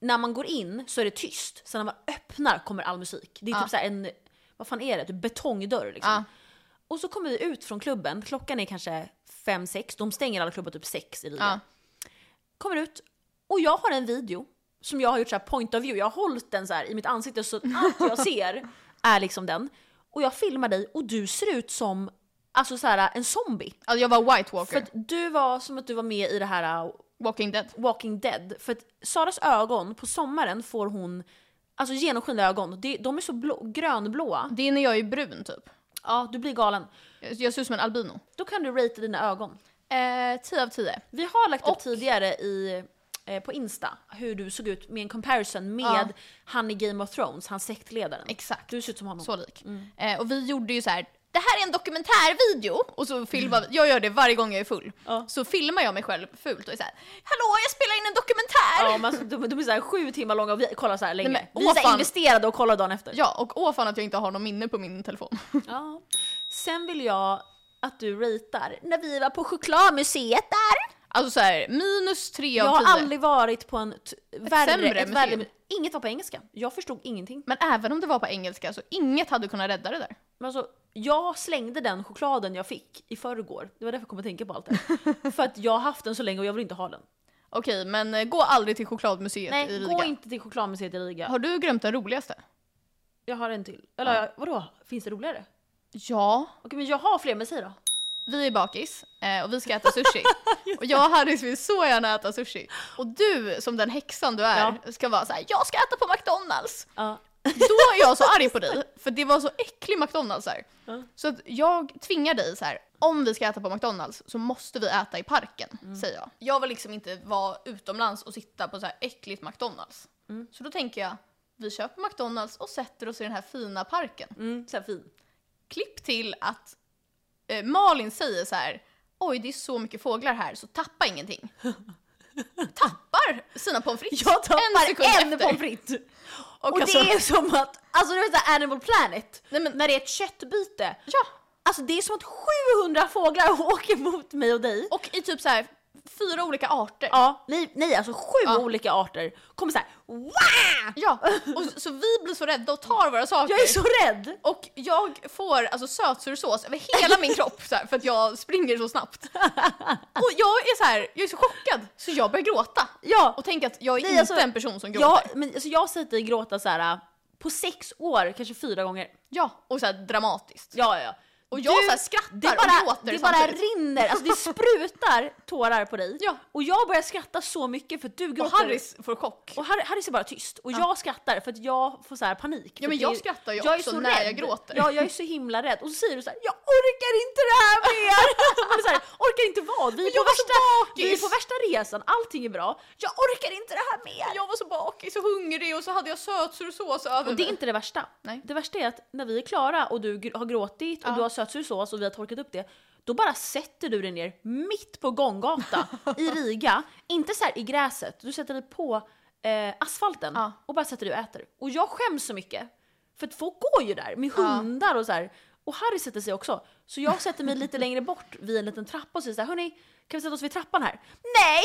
Speaker 1: När man går in så är det tyst, sen när man öppnar kommer all musik. Det är typ så här en, vad fan är det? Typ betongdörr liksom.
Speaker 2: Ja.
Speaker 1: Och så kommer vi ut från klubben, klockan är kanske fem sex. de stänger alla klubbar typ sex i Riga.
Speaker 2: Ja.
Speaker 1: Kommer ut och jag har en video som jag har gjort så här point of view. Jag har hållit den så här i mitt ansikte så att allt jag ser är liksom den. Och jag filmar dig och du ser ut som alltså så här, en zombie.
Speaker 2: Alltså jag var White Walker,
Speaker 1: För att du var som att du var med i det här uh,
Speaker 2: Walking Dead.
Speaker 1: Walking Dead. För att Saras ögon, på sommaren får hon alltså genomskinliga ögon. De, de är så blå, grönblåa.
Speaker 2: Det är när jag är brun typ.
Speaker 1: Ja, du blir galen.
Speaker 2: Jag- Jag ser ut som en albino.
Speaker 1: Då kan du ratea dina ögon.
Speaker 2: Eh, 10 av 10.
Speaker 1: Vi har lagt upp
Speaker 2: Och-
Speaker 1: tidigare i, eh, på Insta hur du såg ut med en comparison med
Speaker 2: Ja.
Speaker 1: han i Game of Thrones, han sektledaren.
Speaker 2: Exakt.
Speaker 1: Du ser ut som honom.
Speaker 2: Så lik.
Speaker 1: Mm.
Speaker 2: Eh, och vi gjorde ju så här. Det här är en dokumentärvideo! Och så filmar vi, jag gör det varje gång jag är full.
Speaker 1: Ja.
Speaker 2: Så filmar jag mig själv fult och är såhär Hallå jag spelar in en dokumentär!
Speaker 1: Ja, men alltså, de, de är så här sju timmar långa och vi kollar så här länge.
Speaker 2: Nej, men,
Speaker 1: vi är
Speaker 2: åh,
Speaker 1: så här
Speaker 2: fan.
Speaker 1: investerade och kollar dagen efter.
Speaker 2: Ja, och åh fan att jag inte har någon minne på min telefon.
Speaker 1: Ja. Sen vill jag att du ratear när vi var på chokladmuseet där.
Speaker 2: Alltså så här, minus tre
Speaker 1: Jag
Speaker 2: av tio.
Speaker 1: har aldrig varit på en t- värre,
Speaker 2: sämre
Speaker 1: ett värre,
Speaker 2: museum.
Speaker 1: Inget var på engelska. Jag förstod ingenting.
Speaker 2: Men även om det var på engelska så inget hade kunnat rädda det där.
Speaker 1: Men alltså, jag slängde den chokladen jag fick i förrgår. Det var därför jag kom att tänka på allt det här. För att jag har haft den så länge och jag vill inte ha den. Typ
Speaker 2: Okej, men eh, gå aldrig till chokladmuseet i
Speaker 1: Nej,
Speaker 2: Riga.
Speaker 1: gå inte till chokladmuseet i Riga.
Speaker 2: Har du glömt den roligaste?
Speaker 1: Jag har en till. Eller ja. vadå, finns det roligare?
Speaker 2: Ja.
Speaker 1: Okej men jag har fler, men säg då.
Speaker 2: Vi är bakis eh, och vi ska äta sushi. och jag och Harris vill så gärna äta sushi. Och du som den häxan du är ska vara så här: jag ska äta på McDonalds.
Speaker 1: Ja.
Speaker 2: Då är jag så arg på dig, för det var så äcklig McDonalds här. Så att jag tvingar dig så här. om vi ska äta på McDonalds så måste vi äta i parken, säger Mm. jag. Mm. Jag vill liksom inte vara utomlands och sitta på så här äckligt McDonalds. Så då tänker jag, vi köper McDonalds och sätter oss i den här fina parken.
Speaker 1: Mm, så här fin.
Speaker 2: Klipp till att eh, Malin säger så här, oj det är så mycket fåglar här så tappa ingenting. tappar sina pommes frites
Speaker 1: Jag tappar en,
Speaker 2: efter.
Speaker 1: pommes frites! Och,
Speaker 2: alltså-
Speaker 1: det är som att, alltså du vet såhär Animal Planet,
Speaker 2: Nej, men-
Speaker 1: när det är ett köttbyte.
Speaker 2: Ja,
Speaker 1: Alltså det är som att 700 fåglar åker mot mig och dig.
Speaker 2: och i typ så här fyra olika arter.
Speaker 1: Ja, nej, nej alltså sju
Speaker 2: Ja.
Speaker 1: olika arter kommer såhär wow!
Speaker 2: Ja, och så, så vi blir så rädda och tar våra saker.
Speaker 1: Jag är så rädd!
Speaker 2: Och jag får alltså sötsursås över hela min kropp så här, för att jag springer så snabbt. Och jag är så här, jag är så chockad så jag börjar gråta.
Speaker 1: Ja,
Speaker 2: Och tänk att jag är
Speaker 1: Nej,
Speaker 2: inte
Speaker 1: alltså,
Speaker 2: en person som gråter.
Speaker 1: jag, men, alltså, jag har sett dig gråta såhär på sex år, kanske fyra gånger.
Speaker 2: Ja, och så här dramatiskt.
Speaker 1: Ja, ja, ja.
Speaker 2: Och jag
Speaker 1: Du-
Speaker 2: så här skrattar
Speaker 1: Det bara,
Speaker 2: och gråter
Speaker 1: det bara
Speaker 2: samtidigt.
Speaker 1: rinner, alltså det sprutar tårar på dig.
Speaker 2: Ja.
Speaker 1: Och jag börjar skratta så mycket för att du
Speaker 2: Och
Speaker 1: gråter.
Speaker 2: Harris får chock.
Speaker 1: Och Harry, Harry ser bara tyst och jag skrattar för att jag får så här panik. För
Speaker 2: men
Speaker 1: det
Speaker 2: jag
Speaker 1: är-
Speaker 2: skrattar ju
Speaker 1: är
Speaker 2: också
Speaker 1: så
Speaker 2: när jag gråter.
Speaker 1: Ja, jag är så himla rädd. Och så säger du så här, jag orkar inte det här mer! Man är så här, orkar inte vad? Vi är, på
Speaker 2: jag var så
Speaker 1: värsta, vi är
Speaker 2: bakis.
Speaker 1: på värsta resan, allting är bra. Jag orkar inte det här mer!
Speaker 2: Jag var så bakis och hungrig och så hade jag sötsursås över
Speaker 1: Och det är
Speaker 2: mig.
Speaker 1: inte det värsta.
Speaker 2: Nej.
Speaker 1: Det värsta är att när vi är klara och du gr- har gråtit och
Speaker 2: Ja.
Speaker 1: du har sötsursås och vi har torkat upp det, då bara sätter du dig ner mitt på gånggata i Riga. Inte så här i gräset, du sätter dig på eh, asfalten
Speaker 2: Ja.
Speaker 1: och bara sätter dig och äter. Och jag skäms så mycket, för att folk går ju där med hundar och så här. Och Harry sätter sig också. Så jag sätter mig lite längre bort vid en liten trappa och säger så här, hörni, kan vi sätta oss vid trappan här? Nej!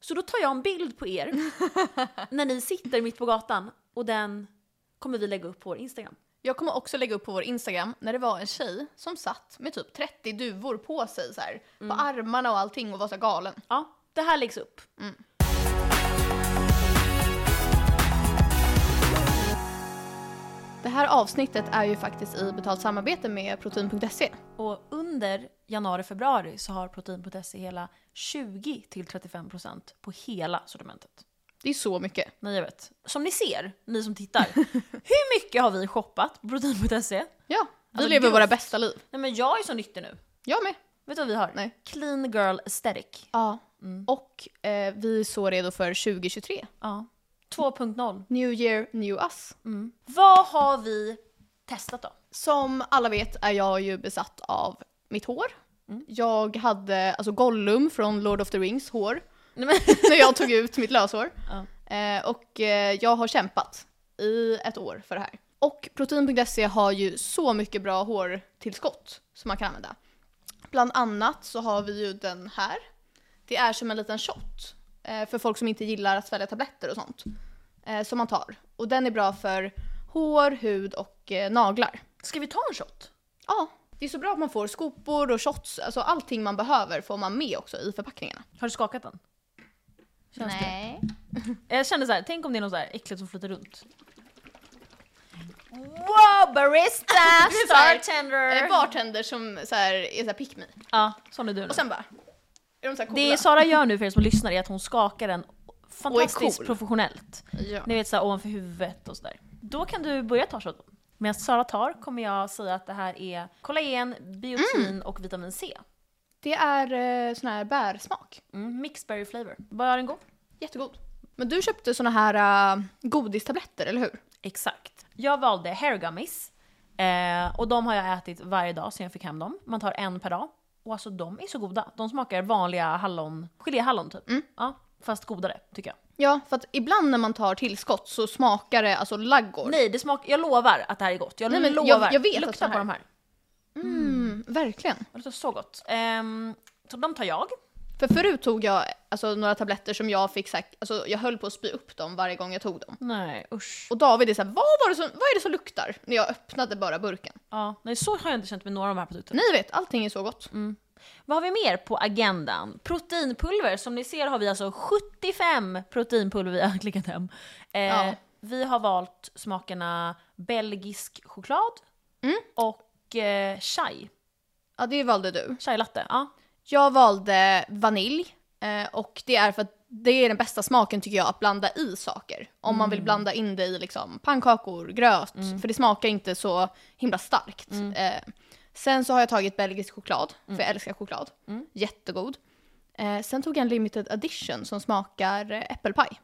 Speaker 1: Så då tar jag en bild på er när ni sitter mitt på gatan och den kommer vi lägga upp på vår Instagram.
Speaker 2: Jag kommer också lägga upp på vår Instagram när det var en tjej som satt med typ 30 duvor på sig så här, på armarna och allting och var så galen.
Speaker 1: Ja, det här läggs upp.
Speaker 2: Det här avsnittet är ju faktiskt i betalt samarbete med protein.se.
Speaker 1: Och under januari-februari så har protein.se hela 20-35% på hela sortimentet.
Speaker 2: Det är så mycket.
Speaker 1: Nej, jag vet. Som ni ser, ni som tittar, hur mycket har vi shoppat på protein.se?
Speaker 2: Ja, vi
Speaker 1: Alltså,
Speaker 2: lever
Speaker 1: gud.
Speaker 2: våra bästa liv.
Speaker 1: Nej men jag är så nyttig nu.
Speaker 2: Jag med.
Speaker 1: Vet du vad vi har?
Speaker 2: Nej.
Speaker 1: Clean girl aesthetic.
Speaker 2: Ja. Och eh, vi är så redo för 2023.
Speaker 1: Ja. 2.0.
Speaker 2: New year, new us.
Speaker 1: Vad har vi testat då?
Speaker 2: Som alla vet är jag ju besatt av mitt hår.
Speaker 1: Mm.
Speaker 2: Jag hade alltså Gollum från Lord of the Rings hår
Speaker 1: Nej, men,
Speaker 2: när jag tog ut mitt löshår. Eh, och eh, jag har kämpat i ett år för det här. Och protein.se har ju så mycket bra hårtillskott som man kan använda. Bland annat så har vi ju den här. Det är som en liten shot eh, för folk som inte gillar att svälja tabletter och sånt. Eh, som man tar. Och den är bra för hår, hud och eh, naglar.
Speaker 1: ska vi ta en shot?
Speaker 2: Ja, det är så bra att man får skopor och shots. Alltså allting man behöver får man med också i förpackningarna.
Speaker 1: Har du skakat den? Känns det?
Speaker 2: Nej.
Speaker 1: Jag kände så här, tänk om det är något så här äckligt som flyter runt. Wow, barista!
Speaker 2: så här,
Speaker 1: Startender!
Speaker 2: Eh, bartender som så här, är så här pick me.
Speaker 1: ja, sån är du nu.
Speaker 2: Och sen bara... Är de så här coola?
Speaker 1: Det Sara gör nu för er som lyssnar är att hon skakar den fantastiskt
Speaker 2: cool.
Speaker 1: professionellt.
Speaker 2: ja.
Speaker 1: Ni vet såhär ovanför huvudet och sådär. Då kan du börja ta shoten. Medan Sara tar kommer jag säga att det här är kollagen, biotin
Speaker 2: Mm.
Speaker 1: och vitamin C.
Speaker 2: det är eh, sån här bärsmak.
Speaker 1: Mm, mixed berry flavor. Var den god?
Speaker 2: Jättegod. Men du köpte såna här uh, godistabletter, eller hur?
Speaker 1: Exakt. Jag valde hair gummies. Eh, och de har jag ätit varje dag sen jag fick hem dem. Man tar en per dag. Och alltså de är så goda. De smakar vanliga hallon, geléhallon typ.
Speaker 2: Mm.
Speaker 1: Ja, fast godare tycker jag.
Speaker 2: Ja, för att ibland när man tar tillskott så smakar det alltså laggård.
Speaker 1: Nej, det smak, jag lovar att det här är gott. Jag
Speaker 2: Nej, men jag-
Speaker 1: lovar.
Speaker 2: jag vet att
Speaker 1: Lukta
Speaker 2: de
Speaker 1: på
Speaker 2: här-
Speaker 1: de här.
Speaker 2: Mm, verkligen.
Speaker 1: Det luktar så gott. Ehm, så de tar jag.
Speaker 2: För förut tog jag alltså, några tabletter som jag fick, så här, alltså, jag höll på att spy upp dem varje gång jag tog dem.
Speaker 1: Nej, usch.
Speaker 2: Och David är såhär, vad, var det som, vad är det som luktar? När jag öppnade bara burken.
Speaker 1: Ja, nej, så har jag inte känt med några av de här produkterna.
Speaker 2: Ni vet, allting är så gott.
Speaker 1: Vad har vi mer på agendan? Proteinpulver. Som ni ser har vi alltså 75 proteinpulver vi har klickat hem. Eh,
Speaker 2: Ja.
Speaker 1: Vi har valt smakerna belgisk choklad Mm. och eh, chai.
Speaker 2: Ja, det valde du.
Speaker 1: Chai latte. Ja.
Speaker 2: Jag valde vanilj eh, och det är för att det är den bästa smaken tycker jag att blanda i saker. Om man vill blanda in det i liksom pannkakor, gröt, för det smakar inte så himla starkt. Eh, sen så har jag tagit belgisk choklad, för jag älskar choklad. Jättegod. Eh, sen tog jag en limited edition som smakar eh, äppelpaj.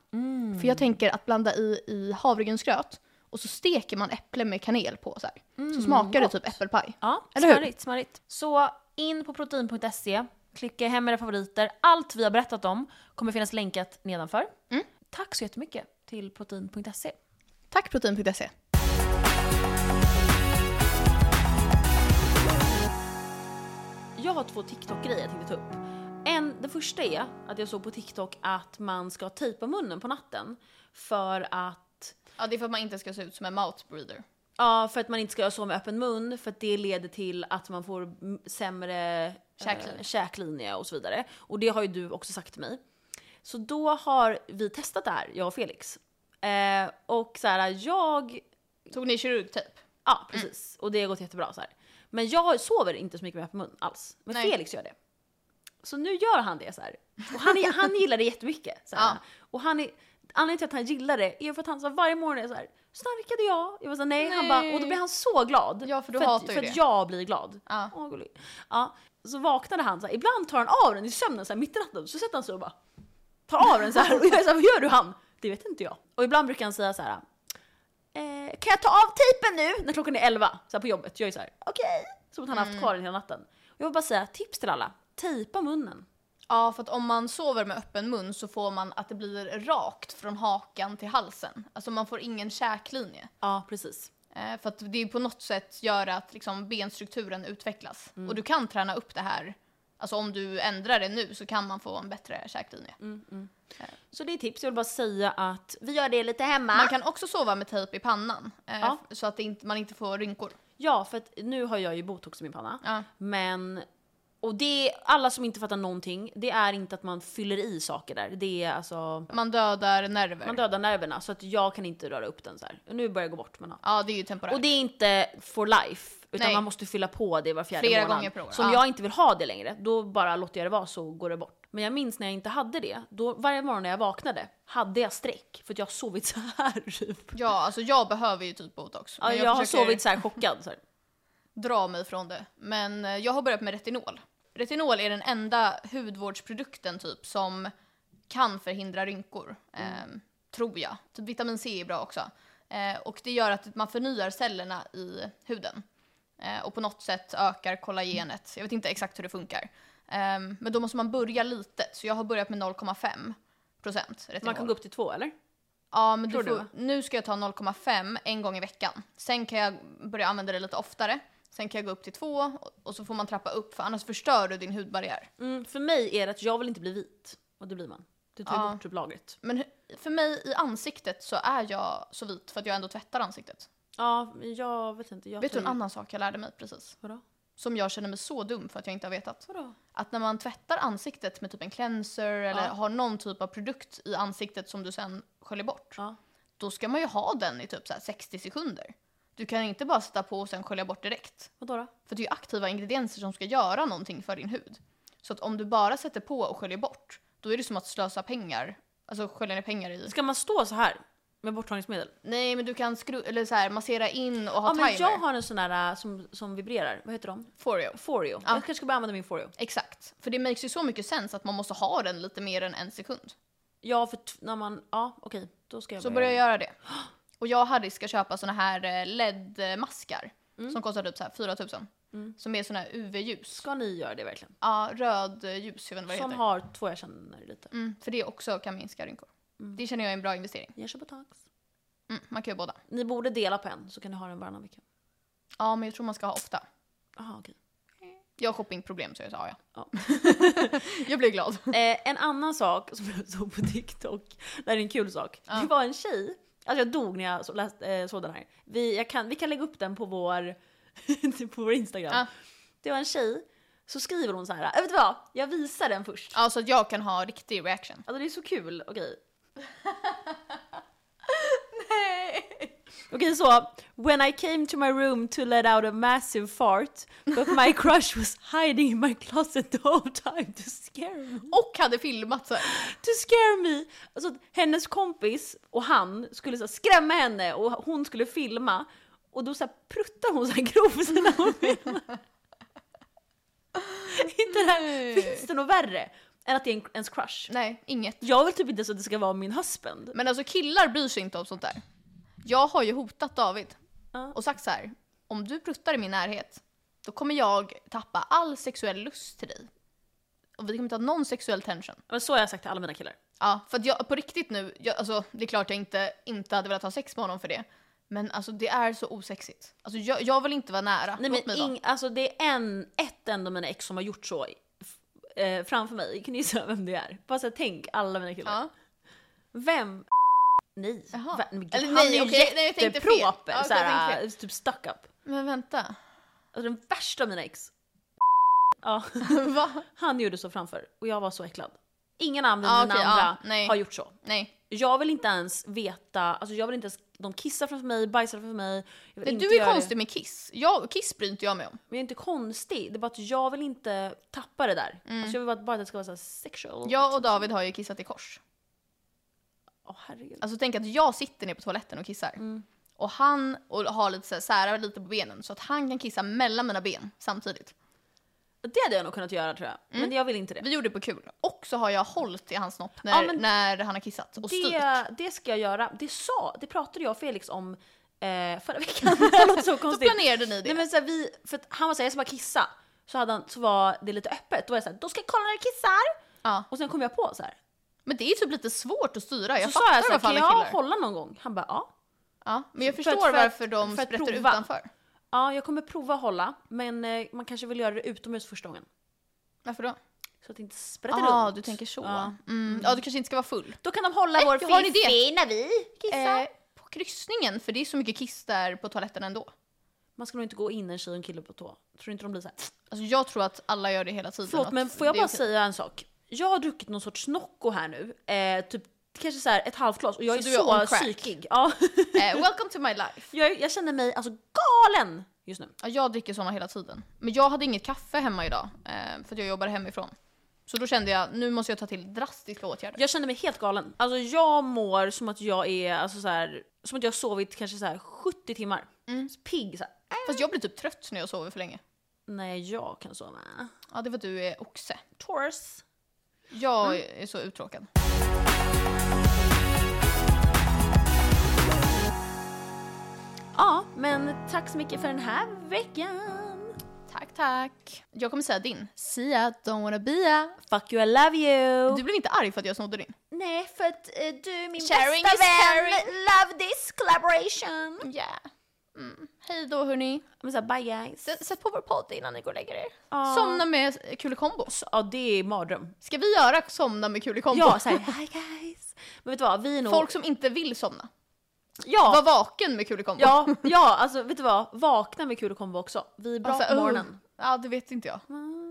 Speaker 2: För jag tänker att blanda i, i havregrynsgröt och så steker man äpple med kanel på så här. så smakar det typ äppelpaj.
Speaker 1: Ja,
Speaker 2: Eller hur?
Speaker 1: smarrigt, smarrigt. Så in på protein.se, E. klicka hem era favoriter. Allt vi har berättat om kommer finnas länkat nedanför. Tack så jättemycket till protein.se.
Speaker 2: Tack protein.se.
Speaker 1: Jag har två TikTok-grejer jag tänkte ta upp. En, det första är att jag såg på TikTok att man ska tejpa munnen på natten för att
Speaker 2: Ja, det är för att man inte ska se ut som en mouth breather.
Speaker 1: Ja, för att man inte ska sova med öppen mun för att det leder till att man får m- sämre
Speaker 2: Käklinje.
Speaker 1: eh, käklinje och så vidare. Och det har ju du också sagt till mig. Så då har vi testat det här, jag och Felix. Eh, och så här, jag
Speaker 2: Tog ni typ? kirurgtejp?
Speaker 1: Ja,
Speaker 2: Mm.
Speaker 1: precis. Och det har gått jättebra så här. Men jag sover inte så mycket med öppen mun alls. Men
Speaker 2: Nej.
Speaker 1: Felix gör det. Så nu gör han det så här. Och han, är, han gillar det jättemycket. Så här.
Speaker 2: Ja.
Speaker 1: Och han är, anledningen till att han gillar det är för att han så här, varje morgon är så här. Snarkade jag? Jag var så här, nej. Han bara, och då blir han så glad.
Speaker 2: Ja, för du
Speaker 1: att,
Speaker 2: hatar ju
Speaker 1: För
Speaker 2: det.
Speaker 1: att jag blir glad.
Speaker 2: Ja.
Speaker 1: Åh, gullig. ja. Så vaknade han så här. Ibland tar han av den i sömnen så här, mitt i natten. Så sätter han sig och bara tar av den så här. Och jag är så här, vad gör du han? Det vet inte jag. Och ibland brukar han säga så här. Eh, kan jag ta av tejpen nu? När klockan är 11, så här på jobbet. Jag är så här, okej. Som att han har haft kvar den hela natten. Och Jag vill bara säga, tips till alla. Tejpa munnen.
Speaker 2: Ja, för att om man sover med öppen mun så får man att det blir rakt från hakan till halsen. Alltså man får ingen käklinje.
Speaker 1: Ja, precis.
Speaker 2: Eh, för att det på något sätt gör att liksom, benstrukturen utvecklas. Och du kan träna upp det här. Alltså om du ändrar det nu så kan man få en bättre käklinje.
Speaker 1: Så det är tips. Jag vill bara säga att vi gör det lite hemma.
Speaker 2: Man kan också sova med tejp i pannan. Eh,
Speaker 1: Ja.
Speaker 2: Så att det inte, man inte får rynkor.
Speaker 1: Ja, för att nu har jag ju botox i min panna.
Speaker 2: Ja.
Speaker 1: Men, och det är alla som inte fattar någonting, det är inte att man fyller i saker där. Det är alltså,
Speaker 2: Man dödar nerver.
Speaker 1: man dödar nerverna så att jag kan inte röra upp den så här. Nu börjar jag gå bort men ja.
Speaker 2: ja, det är ju temporärt.
Speaker 1: Och det är inte for life, utan
Speaker 2: Nej.
Speaker 1: man måste fylla på det var fjärde
Speaker 2: Flera
Speaker 1: månad.
Speaker 2: gånger per år,
Speaker 1: Så om
Speaker 2: ja.
Speaker 1: jag inte vill ha det längre, då bara låter jag det vara så går det bort. Men jag minns när jag inte hade det, då varje morgon när jag vaknade hade jag streck för att jag har sovit så här typ.
Speaker 2: Ja, alltså jag behöver ju typ botox.
Speaker 1: Ja,
Speaker 2: men
Speaker 1: jag, har
Speaker 2: försöker-
Speaker 1: sovit så här chockad. Så här.
Speaker 2: dra mig från det. Men eh, jag har börjat med retinol. Retinol är den enda hudvårdsprodukten typ som kan förhindra rynkor.
Speaker 1: Mm.
Speaker 2: Eh, tror jag. Typ vitamin C är bra också. Eh, och det gör att man förnyar cellerna i huden. Eh, och på något sätt ökar kollagenet. Jag vet inte exakt hur det funkar. Eh, men då måste man börja litet. Så jag har börjat med 0,5 procent retinol.
Speaker 1: Man kan gå upp till två eller?
Speaker 2: Ja, men du
Speaker 1: Tror du,
Speaker 2: får,
Speaker 1: va?
Speaker 2: nu ska jag ta 0,5 en gång i veckan. Sen kan jag börja använda det lite oftare. Sen kan jag gå upp till två och- och så får man trappa upp för annars förstör du din hudbarriär.
Speaker 1: Mm, för mig är det att jag vill inte bli vit. Och det blir man. Det tar ju
Speaker 2: Ja.
Speaker 1: bort typ lagret.
Speaker 2: Men hu- för mig i ansiktet så är jag så vit för att jag ändå tvättar ansiktet.
Speaker 1: Ja, men jag vet inte. Jag
Speaker 2: Vet du en
Speaker 1: tror-
Speaker 2: annan sak jag lärde mig precis?
Speaker 1: Vadå?
Speaker 2: Som jag känner mig så dum för att jag inte har vetat.
Speaker 1: Vadå?
Speaker 2: Att när man tvättar ansiktet med typ en cleanser eller
Speaker 1: Ja.
Speaker 2: har någon typ av produkt i ansiktet som du sen sköljer bort.
Speaker 1: Ja.
Speaker 2: Då ska man ju ha den i typ så här 60 sekunder. Du kan inte bara sätta på och sen skölja bort direkt.
Speaker 1: Vadå då?
Speaker 2: För det är ju aktiva ingredienser som ska göra någonting för din hud. Så att om du bara sätter på och sköljer bort, då är det som att slösa pengar. Alltså skölja ner pengar i...
Speaker 1: Ska man stå så här med borttagningsmedel?
Speaker 2: Nej men du kan skru- eller så här, massera in och ha
Speaker 1: Ja, men
Speaker 2: timer.
Speaker 1: jag har en sån där äh, som, som vibrerar. Vad heter de?
Speaker 2: Foreo.
Speaker 1: Foreo. Jag kanske ska börja använda min Foreo.
Speaker 2: Exakt. För det makes ju så mycket sens att man måste ha den lite mer än en sekund.
Speaker 1: Ja, för t- när man... Ja, okej. Då ska jag
Speaker 2: Så
Speaker 1: börja.
Speaker 2: började jag göra det. Och jag och Harry ska köpa såna här eh, LED-maskar. Som kostar typ så här 4000. Som är såna här UV-ljus.
Speaker 1: Ska ni göra det verkligen?
Speaker 2: Ja, röd eh, ljus, jag vet inte vad det
Speaker 1: Som
Speaker 2: heter.
Speaker 1: har två jag känner lite.
Speaker 2: Mm, för det också kan minska rynkor. Det känner jag är en bra investering.
Speaker 1: Jag kör botox.
Speaker 2: Mm, man kan ju båda.
Speaker 1: Ni borde dela på en så kan ni ha den varannan vecka.
Speaker 2: Ja, men jag tror man ska ha ofta.
Speaker 1: Jaha, okej.
Speaker 2: Jag har shoppingproblem så jag sa ja.
Speaker 1: Ja.
Speaker 2: jag blir glad.
Speaker 1: Eh, en annan sak som jag såg på TikTok, det här är en kul sak. Det var en tjej, alltså jag dog när jag så, läst, eh, såg den här. Vi, jag kan, vi kan lägga upp den på vår, på vår Instagram.
Speaker 2: Ja.
Speaker 1: Det var en tjej, så skriver hon så här. "Äh, vet du vad? Jag visar den först.
Speaker 2: Ja, så Alltså, att jag kan ha riktig reaction.
Speaker 1: Alltså det är så kul, okej. Okej så, when I came to my room to let out a massive fart but my crush was hiding in my closet the whole time to scare me.
Speaker 2: Och hade filmat så här.
Speaker 1: To scare me! Alltså att hennes kompis och han skulle så här, skrämma henne och hon skulle filma och då så här, pruttar hon så här grovt när hon filmar. Inte det här, finns det något värre än att det är en- ens crush.
Speaker 2: Nej, inget.
Speaker 1: Jag vill typ inte så att det ska vara min husband.
Speaker 2: Men alltså killar bryr sig inte om sånt där. Jag har ju hotat David
Speaker 1: Ja.
Speaker 2: och sagt så här. Om du pruttar i min närhet, då kommer jag tappa all sexuell lust till dig. Och vi kommer inte ha någon sexuell tension.
Speaker 1: Men så har jag sagt till alla mina killar.
Speaker 2: Ja, för att jag på riktigt nu, jag, alltså, det är klart jag inte, inte hade velat ha sex med honom för det. Men alltså det är så osexigt. Alltså jag, jag vill inte vara nära.
Speaker 1: Nej,
Speaker 2: Låt
Speaker 1: men
Speaker 2: mig vara.
Speaker 1: ing, alltså det är en, ett enda av mina ex som har gjort så f- eh, framför mig. Kan ni gissa vem det är? Bara så här, tänk alla mina killar.
Speaker 2: Ja.
Speaker 1: Vem? Nej.
Speaker 2: Jaha.
Speaker 1: Va- men gud,
Speaker 2: Eller
Speaker 1: han
Speaker 2: nej,
Speaker 1: är ju
Speaker 2: okej, nej, jag tänkte fel.
Speaker 1: jätteproper.
Speaker 2: Ja, okej, jag tänkte
Speaker 1: såhär, typ stuck up.
Speaker 2: Men vänta.
Speaker 1: Alltså den värsta av mina ex. Ja,
Speaker 2: Va?
Speaker 1: han gjorde så framför och jag var så äcklad. Ingen annan
Speaker 2: Ja,
Speaker 1: än den
Speaker 2: okej, ja,
Speaker 1: andra
Speaker 2: nej.
Speaker 1: har gjort så.
Speaker 2: Nej.
Speaker 1: Jag vill inte ens veta, alltså jag vill inte ens, de kissar framför mig, bajsar framför mig. Jag vill
Speaker 2: Men
Speaker 1: inte
Speaker 2: du är
Speaker 1: göra det.
Speaker 2: konstig med kiss. Jag, kiss bryr inte jag mig om.
Speaker 1: Men jag är inte konstig, det är bara att jag vill inte tappa det där.
Speaker 2: Mm.
Speaker 1: Alltså jag vill bara- bara att det ska vara så här sexual.
Speaker 2: Jag och David har ju kissat i kors.
Speaker 1: Åh herregud.
Speaker 2: Alltså tänk att jag sitter ner på toaletten och kissar.
Speaker 1: Mm.
Speaker 2: Och han och har lite så här, särar lite på benen så att han kan kissa mellan mina ben samtidigt.
Speaker 1: Det hade jag nog kunnat göra tror jag,
Speaker 2: Mm.
Speaker 1: men jag vill inte det.
Speaker 2: Vi gjorde det på kul. Och så har jag hållit i hans snopp när,
Speaker 1: Ja, men-
Speaker 2: när han har kissat och styrt.
Speaker 1: Det, det ska jag göra. Det sa, det pratade jag och Felix om eh, förra veckan. det låter så
Speaker 2: Så
Speaker 1: konstigt.
Speaker 2: planerade ni det.
Speaker 1: Nej, men så här, vi, för att han var såhär, jag ska bara kissa. Så, hade han, så var det lite öppet. Då var jag såhär, då ska jag kolla när det kissar!
Speaker 2: Ja.
Speaker 1: Och sen kom jag på så här.
Speaker 2: Men det är ju typ lite svårt att styra. Jag
Speaker 1: Så sa
Speaker 2: fattar
Speaker 1: jag så här,
Speaker 2: varför
Speaker 1: kan
Speaker 2: alla
Speaker 1: jag
Speaker 2: killar.
Speaker 1: hålla någon gång? Han bara, ja.
Speaker 2: Ja, men jag
Speaker 1: för att-
Speaker 2: förstår
Speaker 1: för att-
Speaker 2: varför
Speaker 1: för
Speaker 2: de
Speaker 1: att
Speaker 2: sprätter
Speaker 1: prova.
Speaker 2: utanför.
Speaker 1: Ja, jag kommer prova att hålla, men eh, man kanske vill göra det utomhus första gången.
Speaker 2: Varför då?
Speaker 1: Så att det inte sprätter
Speaker 2: Ja, ah,
Speaker 1: runt.
Speaker 2: du tänker så.
Speaker 1: Ja.
Speaker 2: Ja. Mm. ja, du kanske inte ska vara full.
Speaker 1: Då kan de hålla vår
Speaker 2: jag har en idé.
Speaker 1: fiffi när vi kissar.
Speaker 2: Eh, på kryssningen, för det är så mycket kiss där på toaletten ändå.
Speaker 1: Man ska nog inte gå in en tjej och en kille på tå. Tror du inte de blir såhär?
Speaker 2: Alltså jag tror att alla gör det hela tiden. och
Speaker 1: Förlåt
Speaker 2: att
Speaker 1: men får jag
Speaker 2: det är
Speaker 1: bara
Speaker 2: okej.
Speaker 1: säga en sak? Jag har druckit någon sorts Nocco här nu, eh, typ kanske så här ett halvt glas och jag
Speaker 2: Så
Speaker 1: är
Speaker 2: du är
Speaker 1: så
Speaker 2: on crack?
Speaker 1: psykig. Ja.
Speaker 2: Eh, welcome to my life.
Speaker 1: jag, jag känner mig alltså galen just nu.
Speaker 2: Ja, jag dricker såna hela tiden. Men jag hade inget kaffe hemma idag, eh, för att jag jobbar hemifrån. Så då kände jag, nu måste jag ta till drastiska åtgärder.
Speaker 1: Jag känner mig helt galen. Alltså jag mår som att jag är, alltså så här, som att jag har sovit kanske så här 70 timmar.
Speaker 2: Mm.
Speaker 1: Så Pigg så här.
Speaker 2: Fast jag blir typ trött när jag sover för länge.
Speaker 1: Nej jag kan sova.
Speaker 2: Ja, det var du är oxe.
Speaker 1: Taurus.
Speaker 2: Jag
Speaker 1: Mm.
Speaker 2: är så uttråkad.
Speaker 1: Ja men tack så mycket för den här veckan.
Speaker 2: Tack, tack. Jag kommer säga din. Sia, don't wanna be a.
Speaker 1: Fuck you I love you.
Speaker 2: Du blev inte arg för att jag snodde din?
Speaker 1: Nej för att eh, du är min
Speaker 2: Sharing
Speaker 1: bästa
Speaker 2: is
Speaker 1: vän.
Speaker 2: caring.
Speaker 1: Love this collaboration.
Speaker 2: Ja. Mm. Hej då hörni.
Speaker 1: Men så här, bye guys.
Speaker 2: Sätt, sätt på vår podd innan ni går och lägger er.
Speaker 1: Ja.
Speaker 2: Somna med eh, Kulekombo.
Speaker 1: Ja det är mardröm.
Speaker 2: Ska vi göra Somna med Kulekombo?
Speaker 1: Ja såhär hi guys. Men vet du vad, vi är nog...
Speaker 2: Folk som inte vill somna. Var
Speaker 1: ja,
Speaker 2: vaken med Kulekombo.
Speaker 1: ja, ja alltså vet du vad, vakna med kul och kombo också. Vi är bra Mm.
Speaker 2: Alltså,
Speaker 1: på
Speaker 2: uh.
Speaker 1: morgonen.
Speaker 2: Ja, det vet inte jag.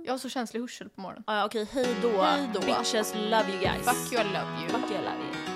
Speaker 2: Jag har så känslig hörsel på morgonen.
Speaker 1: Ja, ja, okej, hej då.
Speaker 2: Hej då.
Speaker 1: Bitches love you guys.
Speaker 2: Fuck you, I love you.
Speaker 1: Fuck you, I love you.